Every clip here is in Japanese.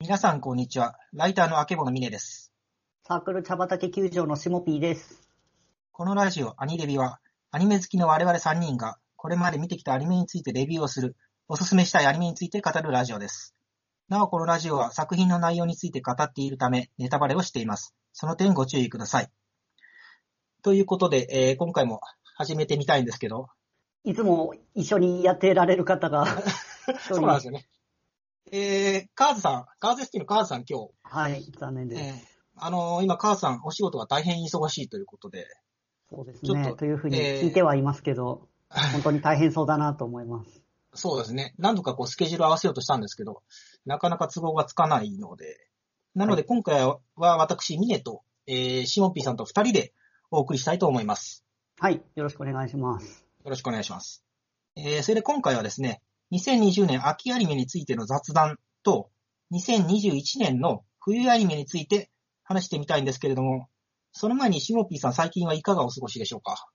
皆さん、こんにちは。ライターのあけぼのみねです。サークル茶畑球場のしもぴーです。このラジオ、アニレビは、アニメ好きの我々3人が、これまで見てきたアニメについてレビューをする、おすすめしたいアニメについて語るラジオです。なお、このラジオは作品の内容について語っているため、ネタバレをしています。その点ご注意ください。ということで、えー今回も始めてみたいんですけど、いつも一緒にやってられる 方が一そうなんですよね。えー、カーズさん、カーズ好きのカーズさん今日、はい、残念です。えーあのー今カーズさんお仕事が大変忙しいということで、そうですちょっねと。というふうにえー聞いてはいますけど、本当に大変そうだなと思います。そうですね。何度かこうスケジュール合わせようとしたんですけど、なかなか都合がつかないので。なので今回は私、ミネと、えー、シモンピーさんと二人でお送りしたいと思います。はい、よろしくお願いします。よろしくお願いします。えー、それで今回はですね、2020年秋アニメについての雑談と、2021年の冬アニメについて話してみたいんですけれども、その前にシモンピーさん最近はいかがお過ごしでしょうか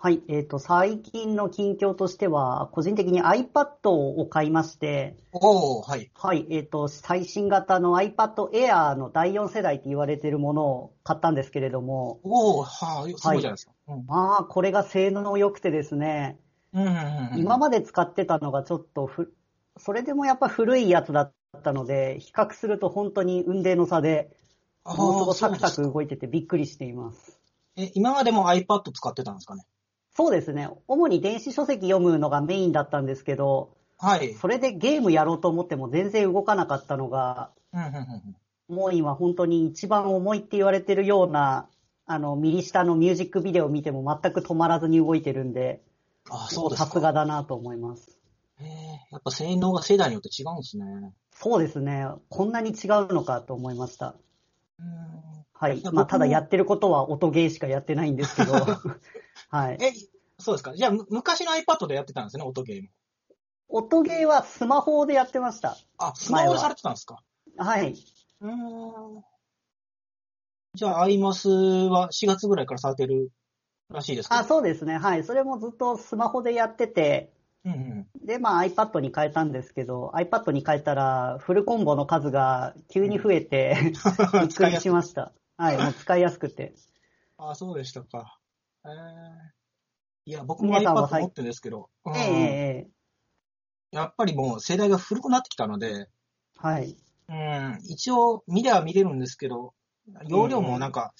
はい、えっ、と、最近の近況としては、個人的に iPad を買いまして、おー、はい。はい、えっ、と、最新型の iPad Air の第4世代って言われてるものを買ったんですけれども、おー、はー、すごいじゃないですか。まあ、これが性能良くてですね、うん。うんうんうん、今まで使ってたのがちょっとふ、それでもやっぱ古いやつだったので、比較すると本当に雲泥の差で、あーもうすごいそサうなクんでサすかク動いててびっくりしています。え、今までも iPad 使ってたんですかねそうですね。主に電子書籍読むのがメインだったんですけど、はい。それでゲームやろうと思っても全然動かなかったのが、うんうんうんうんもう今本当に一番重いって言われてるような、あの、右下のミュージックビデオを見ても全く止まらずに動いてるんで、あ、そうですさか。すがだなと思います。えーやっぱ性能が世代によって違うんですね。そうですね。こんなに違うのかと思いました。うはいいや。ま僕あ、もただやってることは音ゲーしかやってないんで すけど。はいん。。え、そうですか。じゃあ、む昔の iPad でやってたんですね、音ゲーム。音ゲーはスマホでやってました。あ、スマホでされてたんですか。はい。うーん。じゃあ、アイマスは4月ぐらいからされてるらしいですけど。あ、そうですね。はい。それもずっとスマホでやってて、うんうん。で、まあ iPad に変えたんですけど、iPad に変えたらフルコンボの数が急に増えて、 び っくりしました。はい。もう使いやすくて。あ、そうでしたか。えーいや、僕も皆 iPad さんははい持ってるんですけど、うんええええええやっぱりもう世代が古くなってきたので、はい。うん、一応見れは見れるんですけど、容量もなんか、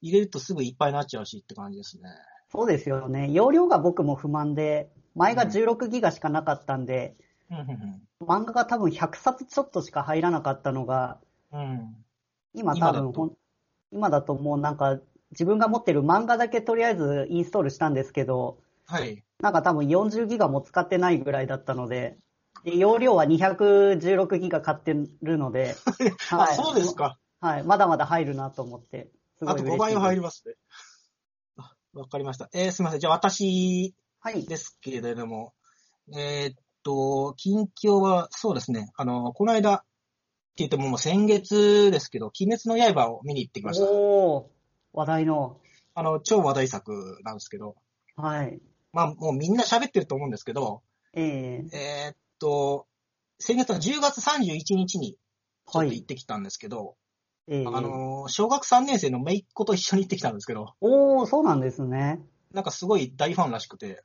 入れるとすぐいっぱいになっちゃうしって感じですね。そうですよね。容量が僕も不満で、前が16ギガしかなかったんで、うんうん漫画が多分100冊ちょっとしか入らなかったのが、うんうん今今だ多と分ほん今だともうなんか自分が持ってる漫画だけとりあえずインストールしたんですけど、はい。なんか多分40ギガも使ってないぐらいだったので、で容量は216ギガ買ってるので、 あ、そうです。か。はい、まだまだ入るなと思って、すごあいと嬉しい5倍は入る。りますね。あ、わかりました。えーすみません。じゃあ私はい。ですけれども、えーっと、近況は、そうですね。あの、この間、って言ってももう先月ですけど、鬼滅の刃を見に行ってきました。おー、話題の。あの、超話題作なんですけど、はい。まあもうみんな喋ってると思うんですけど、ええーっと、先月の10月31日にー、ちょっとは行っい。てきたんですけど、えー、あのー、小学3年生の姪っ子と一緒に行ってきたんですけど、おー、そうなんですね。なんかすごい大ファンらしくて、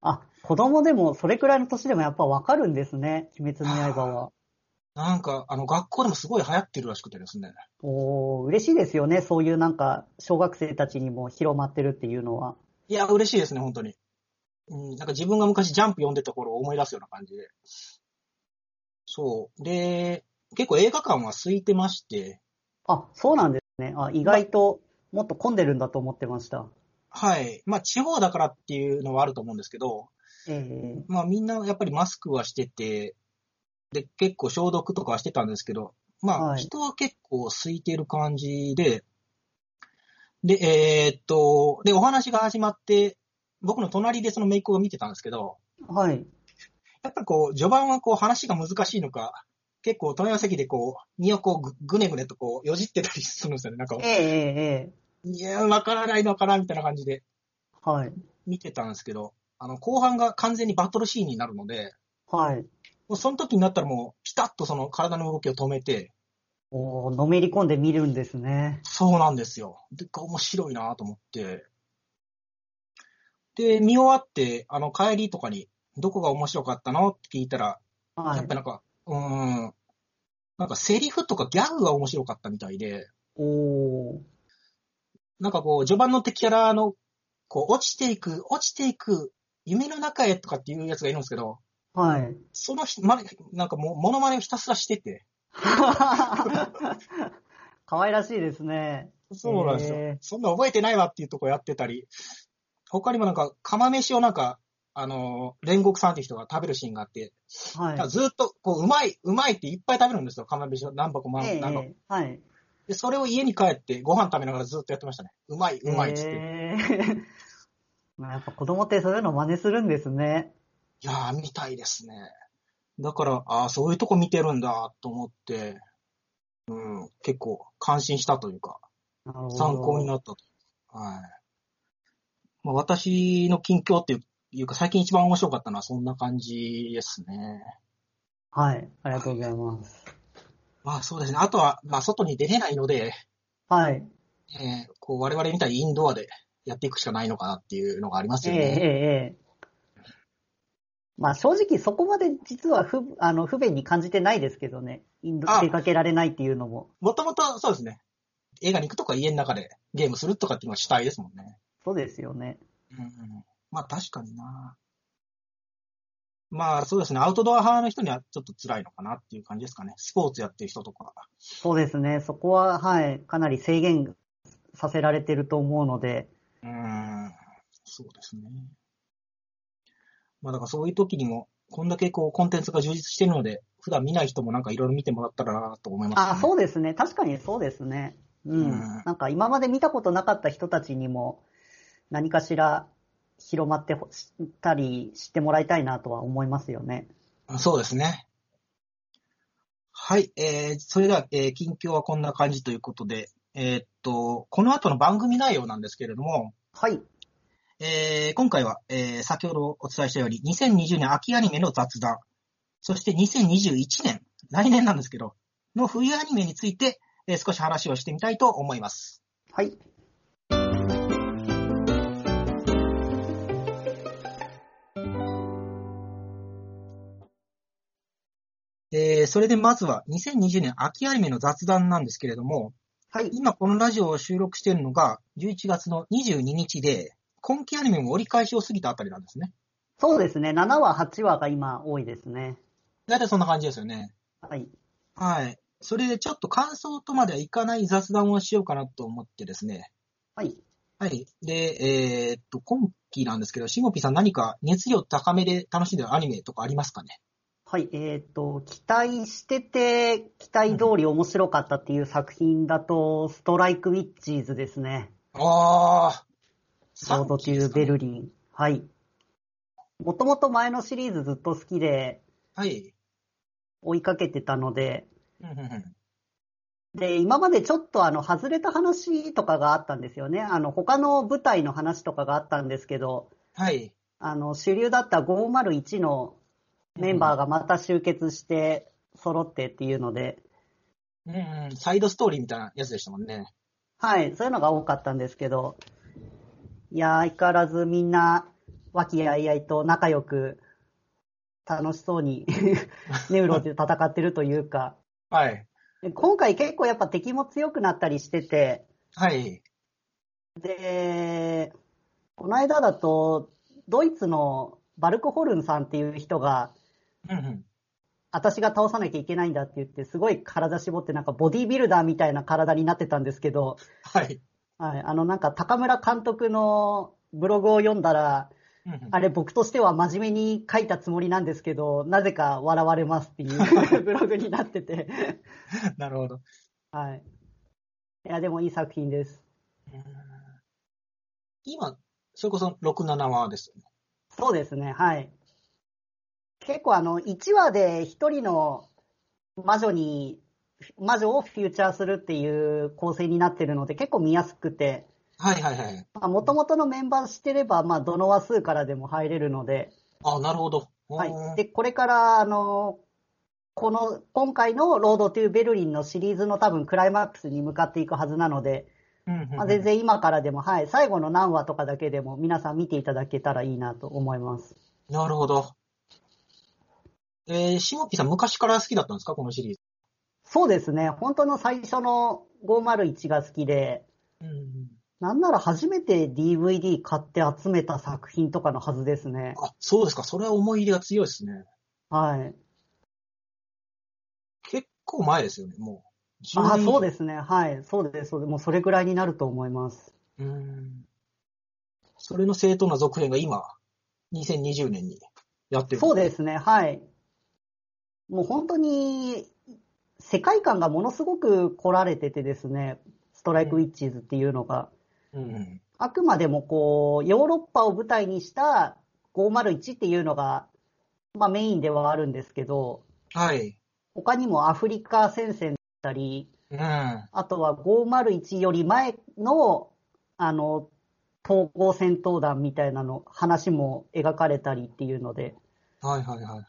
あ、子供でも、それくらいの年でもやっぱわかるんですね、鬼滅の刃は。なんか、あの、学校でもすごい流行ってるらしくてですね。おー、嬉しいですよね、そういうなんか、小学生たちにも広まってるっていうのは。いや、嬉しいですね、本当に。うん、なんか自分が昔ジャンプ読んでた頃を思い出すような感じで。そう。で、結構映画館は空いてまして、あ、そうなんですね。あ、意外と、もっと混んでるんだと思ってました。はい。まあ、地方だからっていうのはあると思うんですけど、ええまあみんなやっぱりマスクはしてて、で、結構消毒とかはしてたんですけど、まあはい人は結構空いてる感じで、で、えーっと、で、お話が始まって、僕の隣でそのメイクを見てたんですけど、はい。やっぱりこう、序盤はこう話が難しいのか、結構隣の席でこう、身をこうぐ、ぐねぐねとこう、よじってたりするんですよね。なんか、ええええええいやー、わからないのかな、みたいな感じではい。見てたんですけど、あの、後半が完全にバトルシーンになるので、はい。もうその時になったらもう、ピタッとその体の動きを止めて、おーのめり込んで見るんですね。そうなんですよ。で、面白いなと思って。で、見終わって、あの、帰りとかに、どこが面白かったのって聞いたら、はやっいぱ。なんか、うーん、なんかセリフとかギャグが面白かったみたいで、おーなんかこう、序盤の敵キャラの、こう、落ちていく、落ちていく、夢の中へとかっていうやつがいるんですけど、はい。 そのひ、ま、なんかもう、モノマネをひたすらしてて。可愛らしいですね。そうなんですよ。へーそんな覚えてないわっていうとこやってたり、他にもなんか、釜飯をなんか、あのー煉獄さんっていう人が食べるシーンがあって、はい。ずっと、こう、うまい、うまいっていっぱい食べるんですよ。釜飯を何箱もええ何箱も、ええはい。で、それを家に帰ってご飯食べながらずっとやってましたね。うまい、うまいっつって。ええ まあやっぱ子供ってそういうの真似するんですね。いやー、見たいですね。だから、ああ、そういうとこ見てるんだと思って、うん、結構感心したというか、なるほど。参考になったと。はい。まあ、私の近況っていういうか、最近一番面白かったのはそんな感じですね。はい。ありがとうございます。まあそうですね。あとは、まあ外に出れないので、はい。えーこう我々みたいにインドアでやっていくしかないのかなっていうのがありますええよええね。ええまあ正直そこまで実は不あの不便に感じてないですけどね。インドあ出かけられないっていうのも。もともとそうですね。映画に行くとか家の中でゲームするとかっていうのが主体ですもんね。そうですよね。うんうん。まあ確かにな。まあそうですね。アウトドア派の人にはちょっと辛いのかなっていう感じですかね。スポーツやってる人とか。そうですね。そこは、はい。かなり制限させられてると思うので。うーんそうですね。まあだからそういう時にも、こんだけこうコンテンツが充実してるので、普段見ない人もなんかいろいろ見てもらったらなと思います、ね。あ、そうですね。確かにそうですね。うん。うんなんか今まで見たことなかった人たちにも、何かしら広まってほしたり、知ってもらいたいなとは思いますよね。あそうですね。はい、えー、それでは、えー近況はこんな感じということで、えーっと、この後の番組内容なんですけれども、はい。えー今回は、えー先ほどお伝えしたように、2020年秋アニメの雑談、そして2021年、来年なんですけど、の冬アニメについて、えー少し話をしてみたいと思います。はい。えーそれでまずは2020年秋アニメの雑談なんですけれども、はい。今このラジオを収録しているのが11月の22日で、今期アニメも折り返しを過ぎたあたりなんですね。そうですね。7話、8話が今多いですね。だいたいそんな感じですよね。はい。はい。それでちょっと感想とまではいかない雑談をしようかなと思ってですね。はい。はい。で、えーっと、今期なんですけど、しごぴさん何か熱量高めで楽しんでるアニメとかありますかねはい。えっ、と、期待してて、期待通り面白かったっていう作品だと、ストライクウィッチーズですね。ああ。ロードトゥーベルリン。はい。もともと前のシリーズずっと好きではい。追いかけてたので、うんうんうんで、今までちょっとあの、外れた話とかがあったんですよね。あの、他の舞台の話とかがあったんですけど、はい。あの、主流だった501のメンバーがまた集結して揃ってっていうので、うんうん。サイドストーリーみたいなやつでしたもんね。はい、そういうのが多かったんですけど、いやー、相変わらずみんな、和気あいあいと仲良く、楽しそうに、 ネウロで戦ってるというか、はい。今回結構やっぱ敵も強くなったりしてて、はい。で、この間だと、ドイツのバルクホルンさんっていう人が、うんうん。私が倒さなきゃいけないんだって言って、すごい体絞って、なんかボディービルダーみたいな体になってたんですけど、はい。はい、あの、なんか、高村監督のブログを読んだら、うんうんあれ、僕としては真面目に書いたつもりなんですけど、なぜか笑われますっていう ブログになってて、なるほど。はい。いや、でもいい作品です。今、それこそ6、7話ですよね。そうですね、はい。結構、あの、1話で一人の魔女に、魔女をフューチャーするっていう構成になってるので、結構見やすくて、はいはいはい。もともとのメンバーしてれば、まあ、どの話数からでも入れるので、あ、なるほど。はうーんい。で、これから、あの、この、今回のロードというベルリンのシリーズの多分クライマックスに向かっていくはずなので、うんうんうんまあ、全然今からでも、はい、最後の何話とかだけでも皆さん見ていただけたらいいなと思います。なるほど。えー、しもぴさん、昔から好きだったんですかこのシリーズ。そうですね、本当の最初の501が好きで、うん。なんなら初めて DVD 買って集めた作品とかのはずですね。あ、そうですか。それは思い入れが強いですね。はい。結構前ですよね、もう。ああ、そうでですね。はい。そうです。そうです。もうそれぐらいになると思います。す。うん。それの正当な続編が今、2020年にやってる。そうでですね。はい。もう本当に、世界観がものすごく来られててですね、ストライクウィッチーズっていうのが、す。うん。あくまでもこう、ヨーロッパを舞台にした501っていうのが、まあメインではあるんですけど、はい。他にもアフリカ戦線だったり、うん。はあとは501より前の、あの、統合戦闘団みたいなの、話も描かれたりっていうので、いはいはいはい。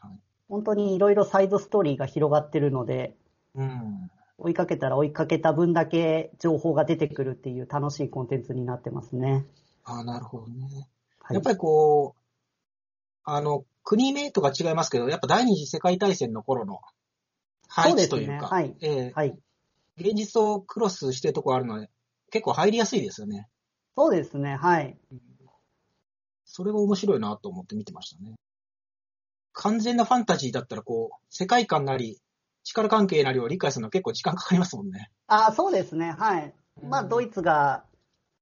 本当にいろいろサイドストーリーが広がってるので、うん。追いかけたら追いかけた分だけ情報が出てくるっていう楽しいコンテンツになってますね。あーなるほどね。はい、やっぱりこう、あの、国名とか違いますけど、やっぱ第二次世界大戦の頃の配置というか、そうええはい。現実をクロスしてるとこあるので、結構入りやすいですよね。そうですね、はい。それが面白いなと思って見てましたね。完全なファンタジーだったら、こう、世界観なり、力関係なりを理解するのは結構時間かかりますもんね。ああ、そうですね、はい。まあ、うんドイツが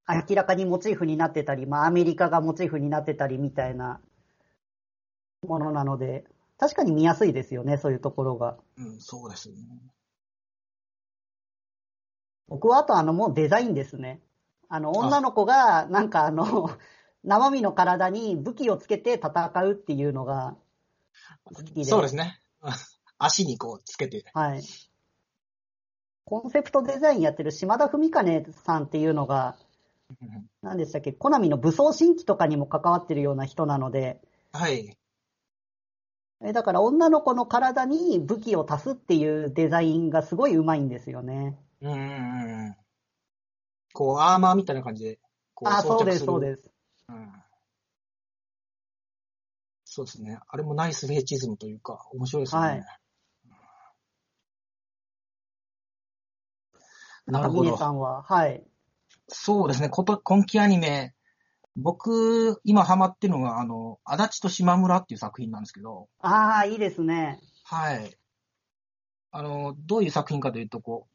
明らかにモチーフになってたり、まあ、アメリカがモチーフになってたりみたいなものなので、確かに見やすいですよね、そういうところが。うん、そうですね。僕はあとあの、もうデザインですね。あの、女の子が、なんかあの、 生身の体に武器をつけて戦うっていうのが好きで。そうですね。 足にこう、つけて。はい。コンセプトデザインやってる島田文兼さんっていうのが、何でしたっけ、コナミの武装新規とかにも関わってるような人なので、はい。えだから女の子の体に武器を足すっていうデザインがすごいうまいんですよね。うんうんうん。こう、アーマーみたいな感じで、こあ、そうです、そうす。です。うんそうですね。あれもナイスフェイチズムというか、面白いですね。はいなるほ峰さど。んは、はい。そうですね。こと、今期アニメ、僕、今ハマってるのが、あの、足立と島村っていう作品なんですけど、ああ、いいですね。はい。あの、どういう作品かというと、こ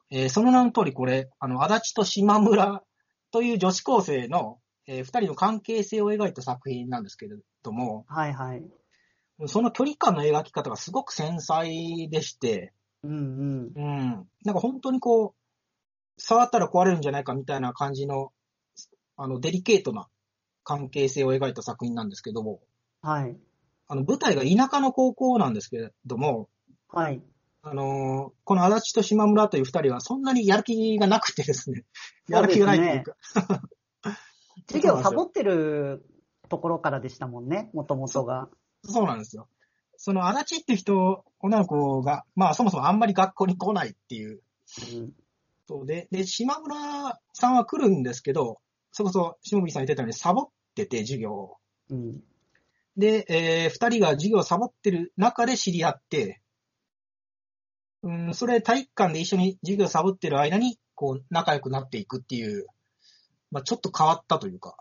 う、えーその名の通りこれ、あの、足立と島村という女子高生の、えー二人の関係性を描いた作品なんですけれども、はいはい。その距離感の描き方がすごく繊細でして、うんうん。うん。なんか本当にこう、触ったら壊れるんじゃないかみたいな感じの、あの、デリケートな関係性を描いた作品なんですけども、はい。あの、舞台が田舎の高校なんですけれども、はい。あのーこの足立と島村という二人はそんなにやる気がなくてですね、やる気がないというか、授業サボってるところからでしたもんね、もともとが。そうなんですよ。その足立っていう人、女の子が、まあそもそもあんまり学校に来ないっていううんそうで、で、島村さんは来るんですけど、それこそ、下見さん言ってたように、サボってて、授業を。うん。で、えー二人が授業をサボってる中で知り合って、うん、それ体育館で一緒に授業をサボってる間に、こう、仲良くなっていくっていう、まあ、ちょっと変わったというか、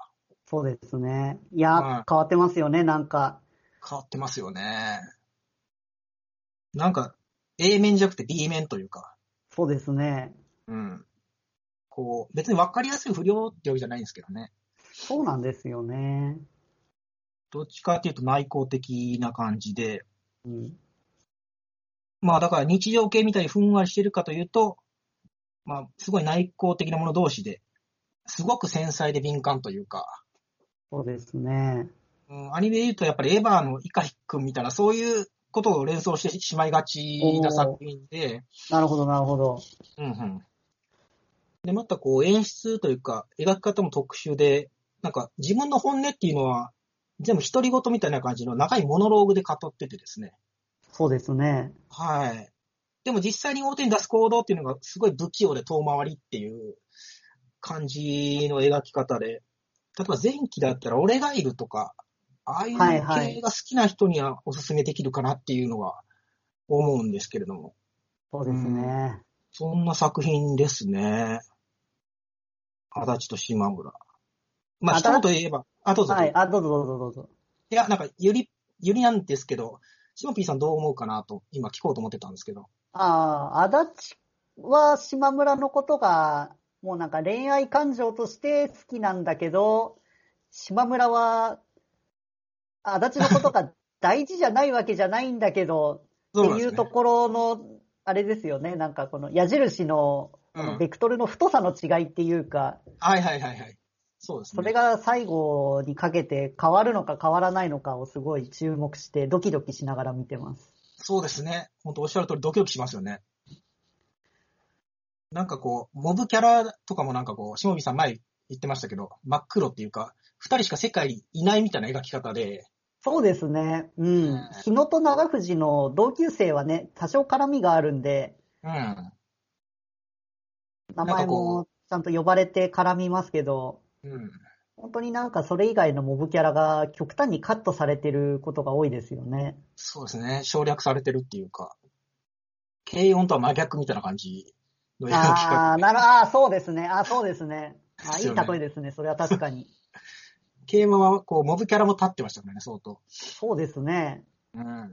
そうですね。いはいや、変わってますよね、なんか。変わってますよね。なんか、A 面じゃなくて B 面というか、そうですね。うん。こう、別に分かりやすい不良ってわけじゃないんですけどね。そうなんですよね。どっちかっていうと内向的な感じで、うん。まあだから日常系みたいにふんわりしてるかというと、まあすごい内向的なもの同士で、すごく繊細で敏感というか、そうですね。うん、アニメで言うとやっぱりエヴァのイカヒ君みたいなそういうことを連想してしまいがちな作品で、なるほど、なるほど。うんうん。で、またこう演出というか、描き方も特殊で、なんか自分の本音っていうのは、全部独り言みたいな感じの長いモノローグで語っててですね。そうですね。はい。でも実際に表に出す行動っていうのがすごい不器用で遠回りっていう感じの描き方で、例えば前期だったら俺がいるとか、ああいうはいはい系が好きな人にはおすすめできるかなっていうのは思うんですけれども、そうですね。そんな作品ですね。足立と島村。まあ、足一立言言えば、あ、どうぞ。はいい、。あ、どうぞどうぞどうぞ。や、なんか、ゆり、ゆりなんですけど、しもぴーさんどう思うかなと、今聞こうと思ってたんですけど。ああ、足立は島村のことが、もうなんか恋愛感情として好きなんだけど、島村は、足立のことが大事じゃないわけじゃないんだけど、そっなんてでいすうところの、あれですよね、なんかこの矢印の、こうのんベクトルの太さの違いっていうか、はいはいはいはい。そうですね。それが最後にかけて変わるのか変わらないのかをすごい注目して、ドキドキしながら見てます。そうですね。本当おっしゃる通りドキドキしますよね。なんかこう、モブキャラとかもなんかこう、しもびさん前言ってましたけど、真っ黒っていうか、二人しか世界にいないみたいな描き方で、そうですね。うん。日野と長藤の同級生はね、多少絡みがあるんで、うん。名なん前かこもちゃんと呼ばれて絡みますけど、うん。本当になんかそれ以外のモブキャラが極端にカットされてることが多いですよ ね。そうですね。省略されてるっていうか、軽音とは真逆みたいな感じの描きああ、方。なる、ああ、そうですね。あーそうですね。あでいすいよね例えですね。それは確かに。軽音はこう、モブキャラも立ってましたからね、相当。そうですね。うん。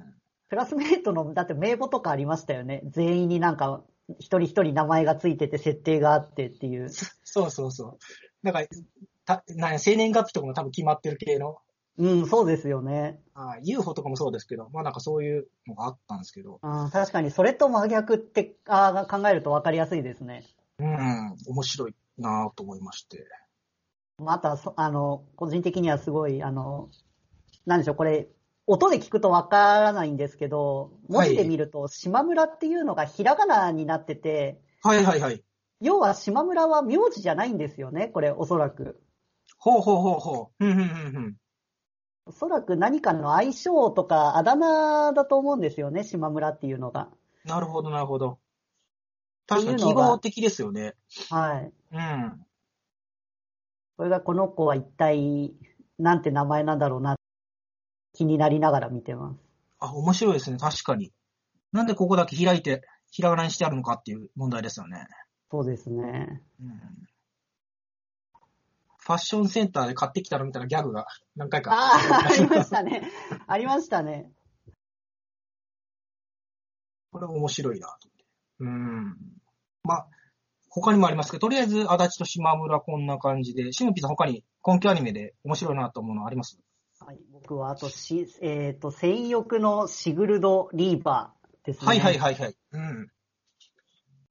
クラスメイトの、だって名簿とかありましたよね。全員になんか、一人一人名前がついてて、設定があってっていう。そうそうそう。なんか、たなん生年月日とかも多分決まってる系のうん、そうですよね。あー UFO とかもそうですけど、まあなんかそういうのがあったんですけど、あー確かに、それと真逆ってあー考えると分かりやすいですね。うん、面白いなぁと思いまして。また、そあの、個人的にはすごい、あの、なんでしょう、これ、音で聞くと分からないんですけど、文字で見ると、島村っていうのがひらがなになってて、はいはいはい。要は島村は名字じゃないんですよね、これ、おそらく。ほうほうほうほう。うんうんうんうん。おそらく何かの相性とかあだ名だと思うんですよね、島村っていうのが。なるほどなるほど。ってい確うかのがに記号的ですよね。はい。うん。これがこの子は一体、なんて名前なんだろうな、気になりながら見てます。あ、面白いですね。確かに。なんでここだけ開いて、ひらがなにしてあるのかっていう問題ですよね。そうですね。うん。ファッションセンターで買ってきたのみたいなギャグが何回か。ああ、ありましたね。ありましたね。これ面白いなと思って。うん。まあ、他にもありますけど、とりあえず、足立と島村こんな感じで、シムピーさん他に根拠アニメで面白いなと思うのありますはい、僕はあとし、えっ、と、戦欲のシグルド・リーバーですね。はいはいはいはい。うん。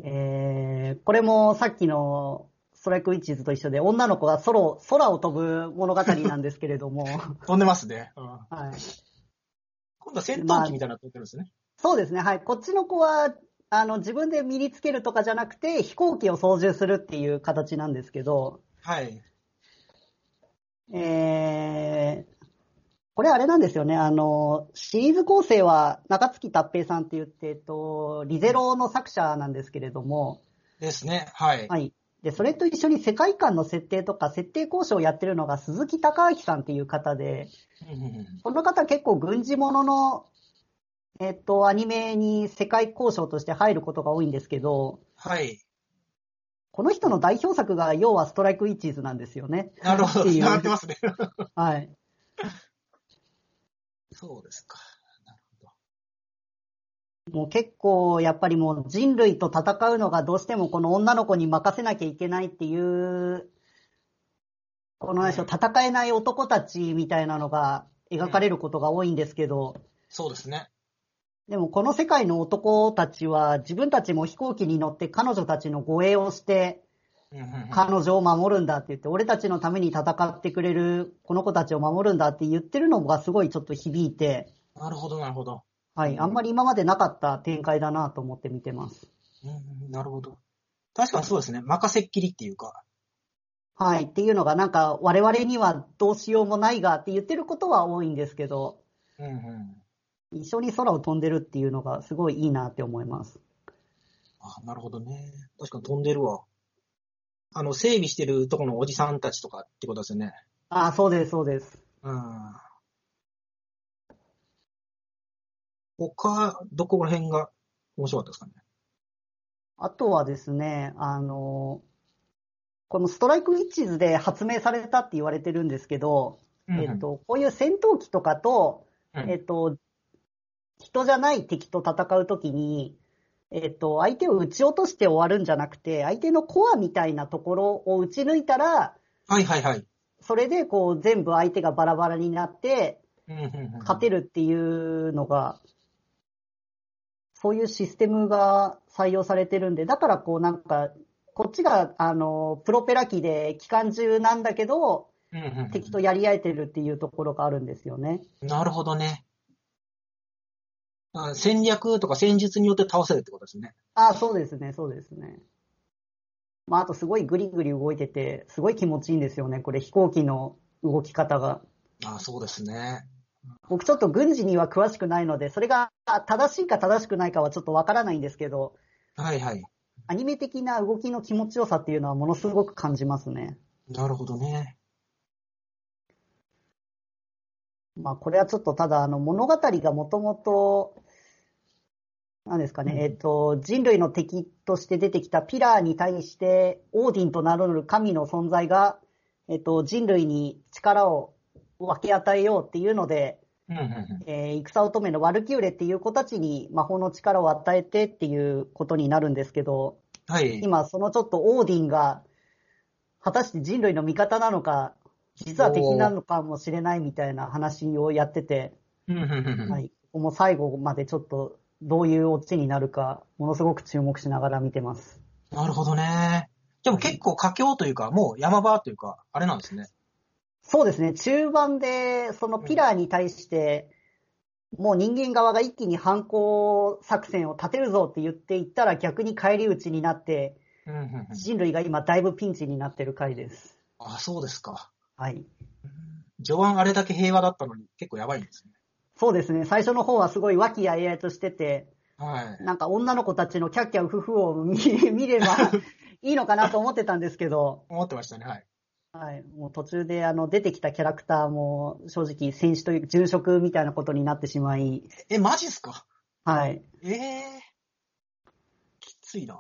えーこれもさっきのストライクウィッチーズと一緒で、女の子がソロ、空を飛ぶ物語なんですけ れども、飛んでますね。うん、はい、今度は戦闘機みたいなの飛んでるんですね。そうですね、はい、こっちの子は、あの、自分で身につけるとかじゃなくて、飛行機を操縦するっていう形なんですけど、はい。えーこれあれなんですよね、あの、シリーズ構成は中月達平さんって言って、えっと、リゼロの作者なんですけれども、ですね。はい。はい。で、それと一緒に世界観の設定とか設定交渉をやってるのが鈴木隆明さんっていう方で、うんうんうんこの方結構軍事ものの、えっと、アニメに世界交渉として入ることが多いんですけど、はい。この人の代表作が要はストライクウィッチーズなんですよね。なるほど。っていう 繋がってますね。はい。そうですか。なるほど。もう結構やっぱりもう人類と戦うのがどうしてもこの女の子に任せなきゃいけないっていう、この何でしょう戦えない男たちみたいなのが描かれることが多いんですけど、そうですね。でもこの世界の男たちは自分たちも飛行機に乗って彼女たちの護衛をしてうんうんうん彼女を守るんだって言って俺たちのために戦ってくれるこの子たちを守るんだって言ってるのがすごいちょっと響いて、なるほど、なるほど。はい。あんまり今までなかった展開だなと思って見てます。うん、なるほど。確かにそうですね。任せっきりっていうか。はい。っていうのがなんか我々にはどうしようもないがって言ってることは多いんですけど、うんうん。一緒に空を飛んでるっていうのがすごいいいなって思います。あ、なるほどね。確かに飛んでるわ。あの、整備してるとこのおじさんたちとかってことですよね。ああ、そうです、そうです。うん。他、どこら辺が面白かったですかね。あとはですね、あの、このストライクウィッチーズで発明されたって言われてるんですけど、えっと、こういう戦闘機とかと、うんえっと、人じゃない敵と戦うときに、えっと、相手を撃ち落として終わるんじゃなくて、相手のコアみたいなところを撃ち抜いたら、はいはいはい。それでこう全部相手がバラバラになって、うんうんうん勝てるっていうのが、そういうシステムが採用されてるんで、だからこうなんか、こっちが、あの、プロペラ機で機関銃なんだけど、うんうんうん敵とやり合えてるっていうところがあるんですよね。なるほどね。あ戦略とか戦術によって倒せるってことですね。あそうですね、そうですね。まあ、あとすごいグリグリ動いてて、すごい気持ちいいんですよね、これ飛行機の動き方が。あそうですね。僕ちょっと軍事には詳しくないので、それが正しいか正しくないかはちょっとわからないんですけど、はいはい。アニメ的な動きの気持ちよさっていうのはものすごく感じますね。なるほどね。まあ、これはちょっとただ、あの、物語がもともと、なんですかね、うんえっと、人類の敵として出てきたピラーに対して、オーディンと名乗る神の存在が、えっと、人類に力を分け与えようっていうので、うんうんうん。えー戦乙女のワルキューレっていう子たちに魔法の力を与えてっていうことになるんですけど、はい。今、そのちょっとオーディンが、果たして人類の味方なのか、実は敵なのかもしれないみたいな話をやってて、うんうんうんうんはい、ここも最後までちょっとどういうオチになるか、ものすごく注目しながら見てます。なるほどね。でも結構佳境というか、もう山場というか、あれなんですね。そうですね、中盤でそのピラーに対して、もう人間側が一気に反抗作戦を立てるぞって言っていったら逆に返り討ちになって、うんうんうん、人類が今だいぶピンチになってる回です。あ、そうですか。はい。序盤あれだけ平和だったのに結構やばいんですね。そうですね、最初の方はすごい和気あいあいとしてて、はい。なんか女の子たちのキャッキャウフフを見 見ればいいのかなと思ってたんですけど、思ってましたね。はい。はい、もう途中であの出てきたキャラクターも正直選手という殉職みたいなことになってしまい、え、マジっすかはい。ええきついな。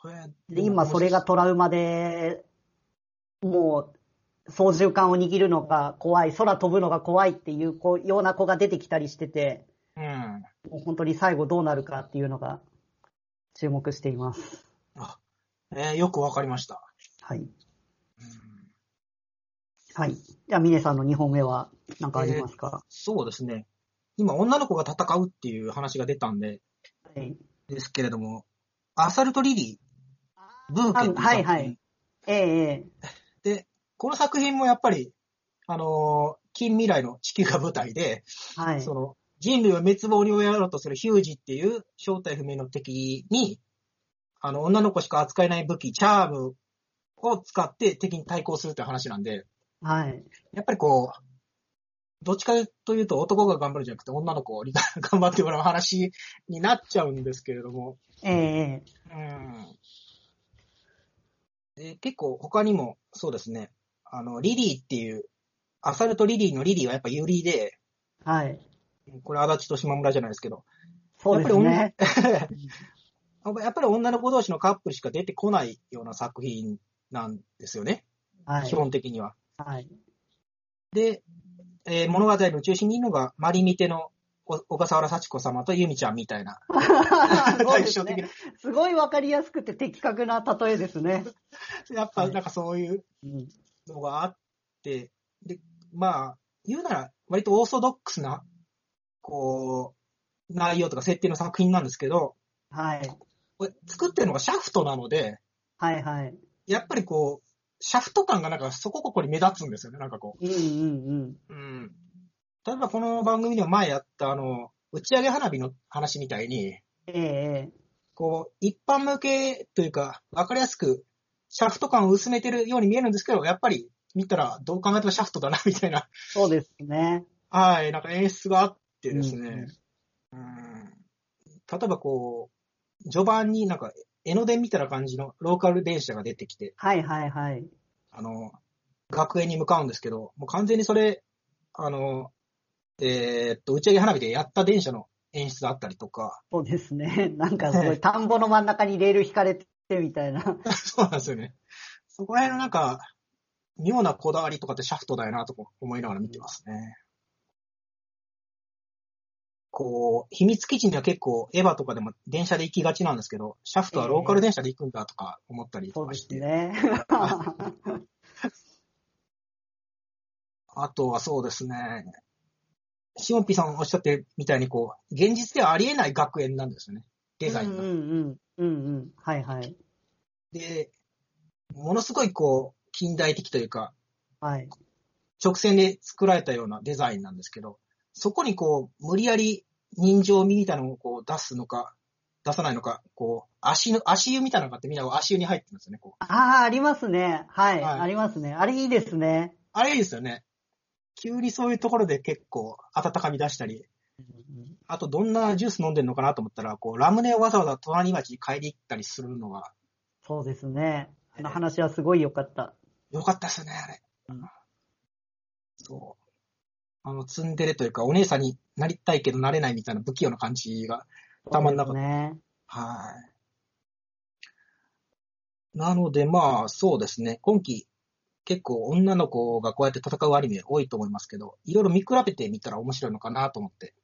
これで、今それが。トラウマで、もう操縦桿を握るのが怖い、空飛ぶのが怖いっていう子ような子が出てきたりしてて、うん。もう本当に最後どうなるかっていうのが注目しています。あ、えーよくわかりました。はい。うんはい。じゃあ、ミネさんの2本目は何かありますか、そうですね。今、女の子が戦うっていう話が出たんで、はい。ですけれども、アサルトリリー、ブーケっていう作品はいはいえええで、この作品もやっぱり、あのー近未来の地球が舞台で、えはい。その、人類を滅亡に追いやろうとするヒュージっていう正体不明の敵に、あの、女の子しか扱えない武器、チャームを使って敵に対抗するという話なんで、はい。やっぱりこう、どっちかというと男が頑張るんじゃなくて女の子を 頑張ってもらう話になっちゃうんですけれども、ええええうん。で、結構他にも、そうですね、あの、リリーっていう、アサルトリリーのリリーはやっぱユリで、はい。これ足立と島村じゃないですけど、そうですやっね。やっぱり女の子同士のカップルしか出てこないような作品なんですよね、は基い。本的には。 はい。で、えー物語の中心にいるのが、マリミテのお小笠原幸子様とユミちゃんみたいな、 そう対です照的ねな、すごいわかりやすくて的確な例えで すね。やっぱなんかそういううんのがあって、で、まあ、言うなら、割とオーソドックスな、こう、内容とか設定の作品なんですけど、はい。これ作ってるのがシャフトなので、はいはい。やっぱりこう、シャフト感がなんかそこここに目立つんですよね、なんかこう。うんうんうん。うん。例えばこの番組でも前やったあの、打ち上げ花火の話みたいに、ええこう、一般向けというか、わかりやすく、シャフト感を薄めてるように見えるんですけど、やっぱり見たらどう考えてもシャフトだな、みたいな。 そうですね。はい、なんか演出があってですうんね。うん、例えばこう、序盤になんか、江ノ電みたいな感じのローカル電車が出てきて、はいはいはい。あの、学園に向かうんですけど、もう完全にそれ、あの、えーっと、打ち上げ花火でやった電車の演出だったりとか、そうですね。なんかす ごい、田んぼの真ん中にレール引かれてみたいな。そうなんですよね。そこら辺のなんか、妙なこだわりとかってシャフトだよなとか思いながら見てますね。こう、秘密基地には結構エヴァとかでも電車で行きがちなんですけど、シャフトはローカル電車で行くんだとか思ったりそとうかでしすて。ね。あとはそうですね。シオンピさんおっしゃってみたいにこう、現実ではありえない学園なんですよね。デザインうが。んうんうん。うんうん。はいはい。で、ものすごいこう、近代的というか、はい。直線で作られたようなデザインなんですけど、そこにこう、無理やり人情味みたいなのをこう出すのか、出さないのか、こう、足の、足湯みたいなのがあってみんな足湯に入ってるんですよね、こう。ああ、ありますね。はい。はいありますね。あれいいですね。あれいいですよね。急にそういうところで結構温かみ出したり、あとどんなジュース飲んでるのかなと思ったら、こう、ラムネをわざわざ隣町に買いに行ったりするのがそうですね。あの話はすごい良かった。良かったですよね、あれうん。そう。あの、ツンデレというか、お姉さんになりたいけどなれないみたいな不器用な感じがたまんなかったね。はい。なので、まあ、そうですね。今期、結構女の子がこうやって戦うアニメ多いと思いますけど、いろいろ見比べてみたら面白いのかなと思って、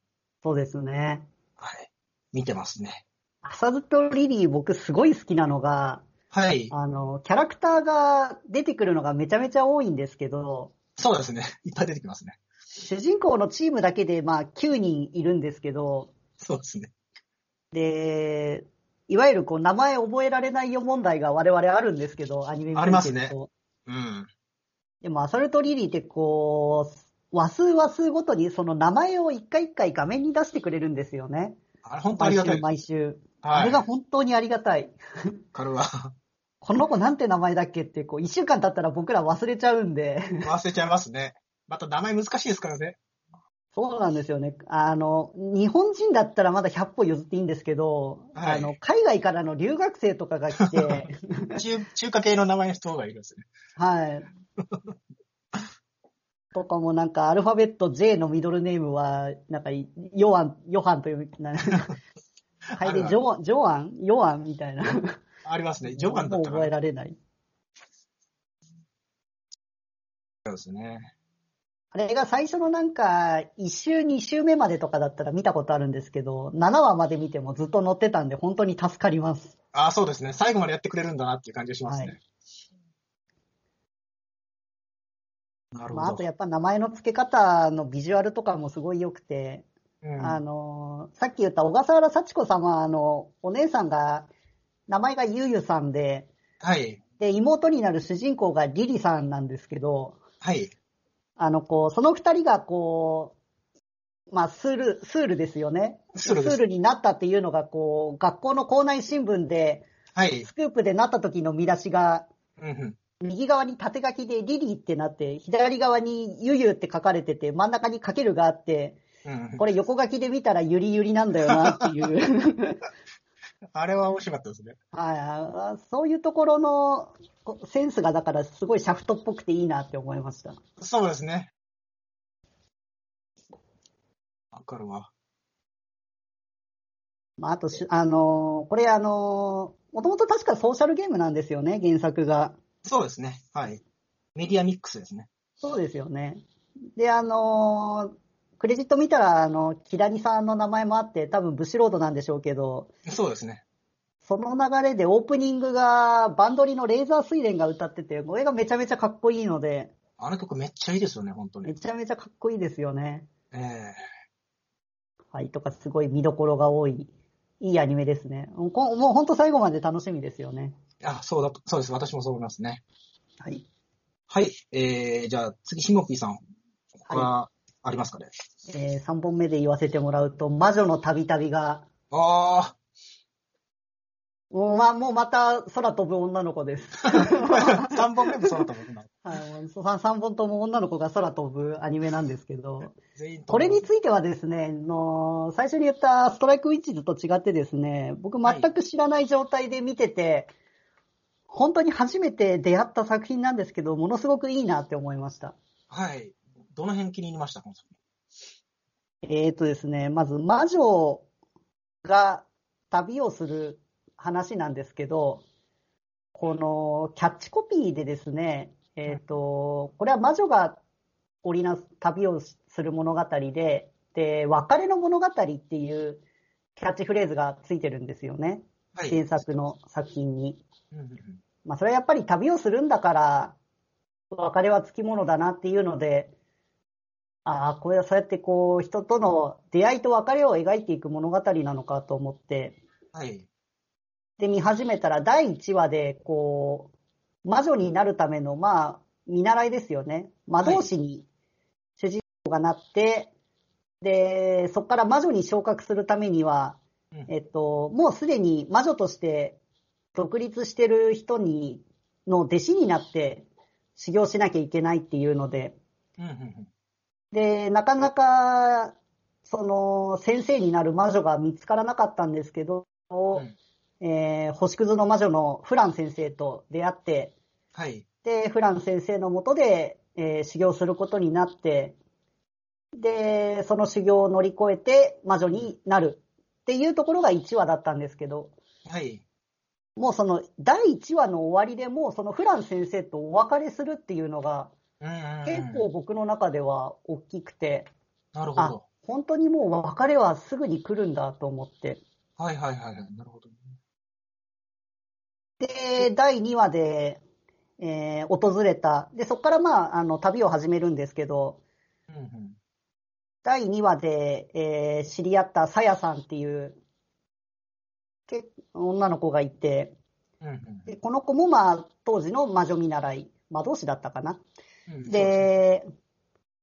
そうですね。はい。見てますね。浅ずとリリー僕すごい好きなのが、はい。あの、キャラクターが出てくるのがめちゃめちゃ多いんですけど、そうですね。 いっぱい出てきますね。主人公のチームだけでまあ9人いるんですけど、そうですね。で、いわゆるこう名前覚えられないよ問題が我々あるんですけど、アニメ見てるとありますねうん。でもアサルトリリーってこう、話数話数ごとにその名前を一回一回画面に出してくれるんですよね。あれ、本当あ毎りがた週い。毎週。あはれい。が本当にありがたい。カルはこの子なんて名前だっけって、こう、一週間経ったら僕ら忘れちゃうんで。 忘れちゃいますね。また名前難しいですからね。そうなんですよね。あの、日本人だったらまだ100歩譲っていいんですけど、はいあの、海外からの留学生とかが来て、中、中華系の名前の人がいるんですね。はい。 とかもなんかアルファベット J のミドルネームは、なんか、ヨアン、ヨハンという、な はいで、ジョアン、ジョアンヨアンみたいな。ありますね。ジョガンだったかもう覚えら。られない。そうですね。あれが最初のなんか、1週、2週目までとかだったら見たことあるんですけど、7話まで見てもずっと載ってたんで、本当に助かります。ああ、そうですね。最後までやってくれるんだなっていう感じがしますね。はいなるまあ、あほとど。やっぱ名前の付け方のビジュアルとかもすごい良くて、うんあのー、さっき言った小笠原幸子様は、あの、お姉さんが、名前がゆうゆさんで、はい。で、妹になる主人公がリリさんなんですけど、はい。あの、こう、その二人がこう、まあ、スール、スールですよね。スールですになったっていうのが、こう、学校の校内新聞で、はい。スクープでなった時の見出しが、うんうん。右側に縦書きでリリーってなって、左側にゆゆって書かれてて、真ん中にかけるがあって、うんうんこれ横書きで見たらゆりゆりなんだよなっていう。あれは面白かったですね。はいあー、そういうところのこセンスがだからすごいシャフトっぽくていいなって思いました。そうですね。わかるわ。まあ、あとし、あのーこれあのー、もともと確かソーシャルゲームなんですよね、原作が。そうですね。はい。メディアミックスですね。そうですよね。で、あのークレジット見たら、あの、キラニさんの名前もあって、多分ブシロードなんでしょうけど、そうですね。その流れでオープニングがバンドリのレーザー睡蓮が歌ってて、これがめちゃめちゃかっこいいので、あの曲めっちゃいいですよね、本当めに。ちゃめちゃかっこいいですよね。ええはい、とかすごい見どころが多い、いいアニメですね。もうこもう本当最後まで楽しみですよね。あ、そうだと、そうです。私もそう思いますね。はい。はい。えー、じゃあ次、シモピーさん。他、ありますかね。えー、3本目で言わせてもらうと、魔女の旅々が、あもうま、もうまた空飛ぶ女の子です。 あ、3本目もそうだと思うな。はい、もうそ3本とも女の子が空飛ぶアニメなんですけど、全員とこれについてはですね、あの最初に言ったストライクウィッチズと違ってですね、僕全く知らない状態で見てて、本当に初めて出会った作品なんですけど、ものすごくいいなって思いました。はい。どの辺気に入りましたこの作品えーとですね、まず魔女が旅をする話なんですけど、このキャッチコピーでですね、えーと、これは魔女が織りなす旅をする物語で、で、別れの物語っていうキャッチフレーズがついてるんですよね。はい。原作の作品に。うんうんうんまあ、それはやっぱり旅をするんだから、別れはつきものだなっていうので、ああ、これはそうやってこう、人との出会いと別れを描いていく物語なのかと思って、はい。で、見始めたら第1話で、こう、魔女になるための、まあ、見習いですよね。魔導士に主人公がなって、で、そこから魔女に昇格するためには、うんえっと、もうすでに魔女として独立してる人に、の弟子になって修行しなきゃいけないっていうので、うんうんうんで、なかなか、その、先生になる魔女が見つからなかったんですけど、うんえー星屑の魔女のフラン先生と出会って、はい。で、フラン先生のもとで、えー修行することになって、で、その修行を乗り越えて魔女になるっていうところが1話だったんですけど、はい。もうその第1話の終わりでもうそのフラン先生とお別れするっていうのがうんうんうん結構。僕の中では大きくて、なるほあど。、本当にもう別れはすぐに来るんだと思って。はいはいはいはい。なるほど。で、第2話で、えー訪れた。で、そこからまあ、あの、旅を始めるんですけど、うんうん。第2話で、えー知り合ったさやさんっていう、け女の子がいて、うんうんでこの子もまあ、当時の魔女見習い、魔導士だったかな。うん。そうすね、で、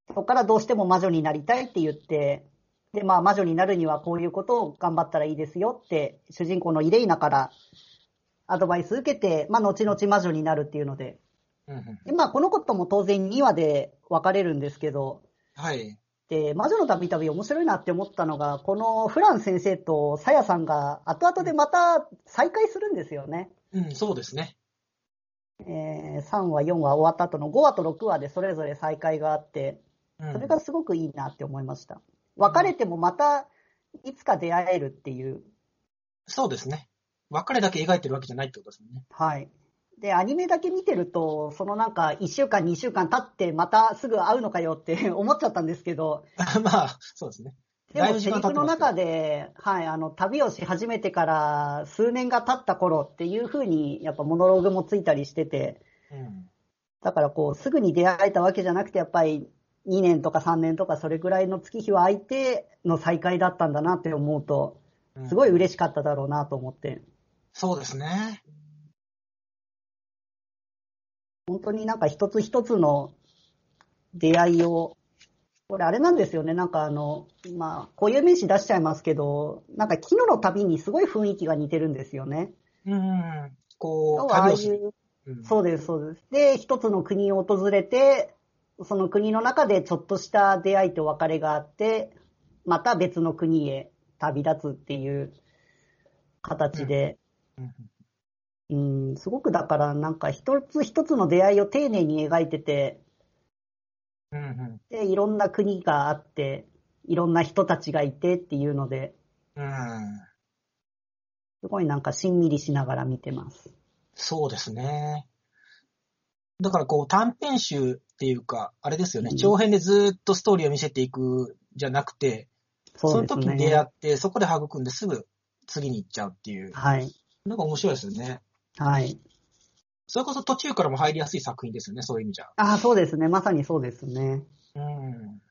そこからどうしても魔女になりたいって言って、で、まあ魔女になるにはこういうことを頑張ったらいいですよって、主人公のイレイナからアドバイス受けて、まあ後々魔女になるっていうので、うんうん。で、まあこのことも当然2話で別れるんですけど、はい。で、魔女の旅々面白いなって思ったのが、このフラン先生とサヤさんが後々でまた再会するんですよね。うん、そうですね。えー3話、4話終わった後の5話と6話でそれぞれ再会があって、うんそれがすごくいいなって思いました。別れてもまたいつか出会えるっていう。そうですね。別れだけ描いてるわけじゃないってことですもんね。 はい。で、アニメだけ見てると、そのなんか1週間、2週間経ってまたすぐ会うのかよって思っちゃったんですけど、まあ、そうですね。でだいぶも時セ間リ経っフてまのすけど中で、はい、あの、旅をし始めてから数年が経った頃っていう風に、やっぱモノローグもついたりしてて、うん。だからこう、すぐに出会えたわけじゃなくて、やっぱり2年とか3年とかそれぐらいの月日は空いての再会だったんだなって思うと、うんすごい嬉しかっただろうなと思って、そうですね。本当になんか一つ一つの出会いを、これあれなんですよね、なんかあの、まあ、こういう名詞出しちゃいますけど、なんか昨日の旅にすごい雰囲気が似てるんですよね。うん。こ要う、はああ旅いをする。うう、んそうです、そうです。で、一つの国を訪れて、その国の中でちょっとした出会いと別れがあって、また別の国へ旅立つっていう形で、うんうん、すごくだから、なんか一つ一つの出会いを丁寧に描いてて、うんうんで、いろんな国があって、いろんな人たちがいてっていうので、うん。すごいなんかしんみりしながら見てます。そうですね。だからこう短編集っていうか、あれですよね、うん長編でずーっとストーリーを見せていくじゃなくて、そそうのです時ね。に出会って、そこで育んですぐ次に行っちゃうっていう、はい。なんか面白いですよね。はい。それこそ途中からも入りやすい作品ですよね、そういう意味じゃ。ああ、そうですね。まさにそうですね。うん。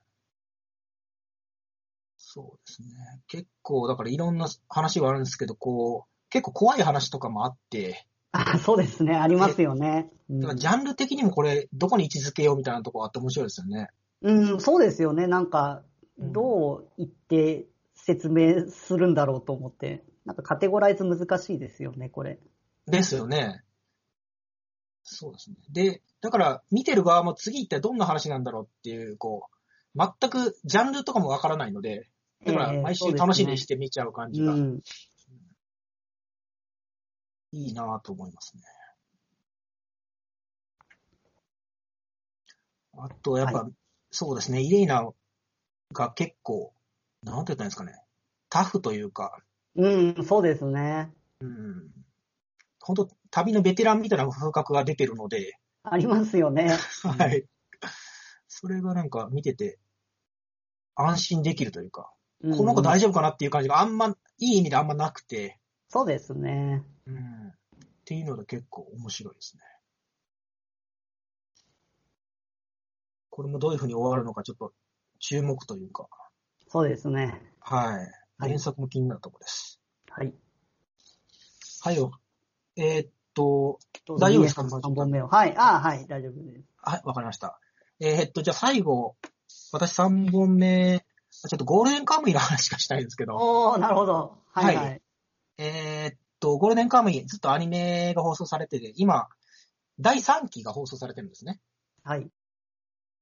そうですね。結構、だからいろんな話はあるんですけど、こう、結構怖い話とかもあって、ああ、そうですね。ありますよね。うだんからジャンル的にもこれ、どこに位置づけようみたいなとこあって面白いですよね。うん、そうですよね。なんか、うんどう言って説明するんだろうと思って。なんかカテゴライズ難しいですよね、これ。ですよね。そうですね。で、だから見てる側も次一体どんな話なんだろうっていう、こう、全くジャンルとかもわからないので、だからええ毎そう週ですね楽しみにして見ちゃう感じうがん。いいなぁと思いますね。あと、やっぱ、はそうですね、イレイナが結構、なんて言ったらいいんですかね、タフというか、うん、そうですね。うん、本当旅のベテランみたいな風格が出てるので、ありますよね。はい。それがなんか見てて、安心できるというか、 この子うん大丈夫かなっていう感じがあんま、いい意味であんまなくて、そうですね。うん。っていうので結構面白いですね。これもどういう風に終わるのかちょっと注目というか、そうですね。はい。はい原作も気になるところです。はい。はいよ。えーっと、大丈夫ですか3本目を。はい。ああ、はい。大丈夫です。はい、わかりました。えーっと、じゃあ最後、私3本目、ちょっとゴールデンカムイの話がしたいんですけど、おー、なるほど。はい、はい。はえーっと、ゴールデンカムイ、ずっとアニメが放送されてて、今、第3期が放送されてるんですね。はい。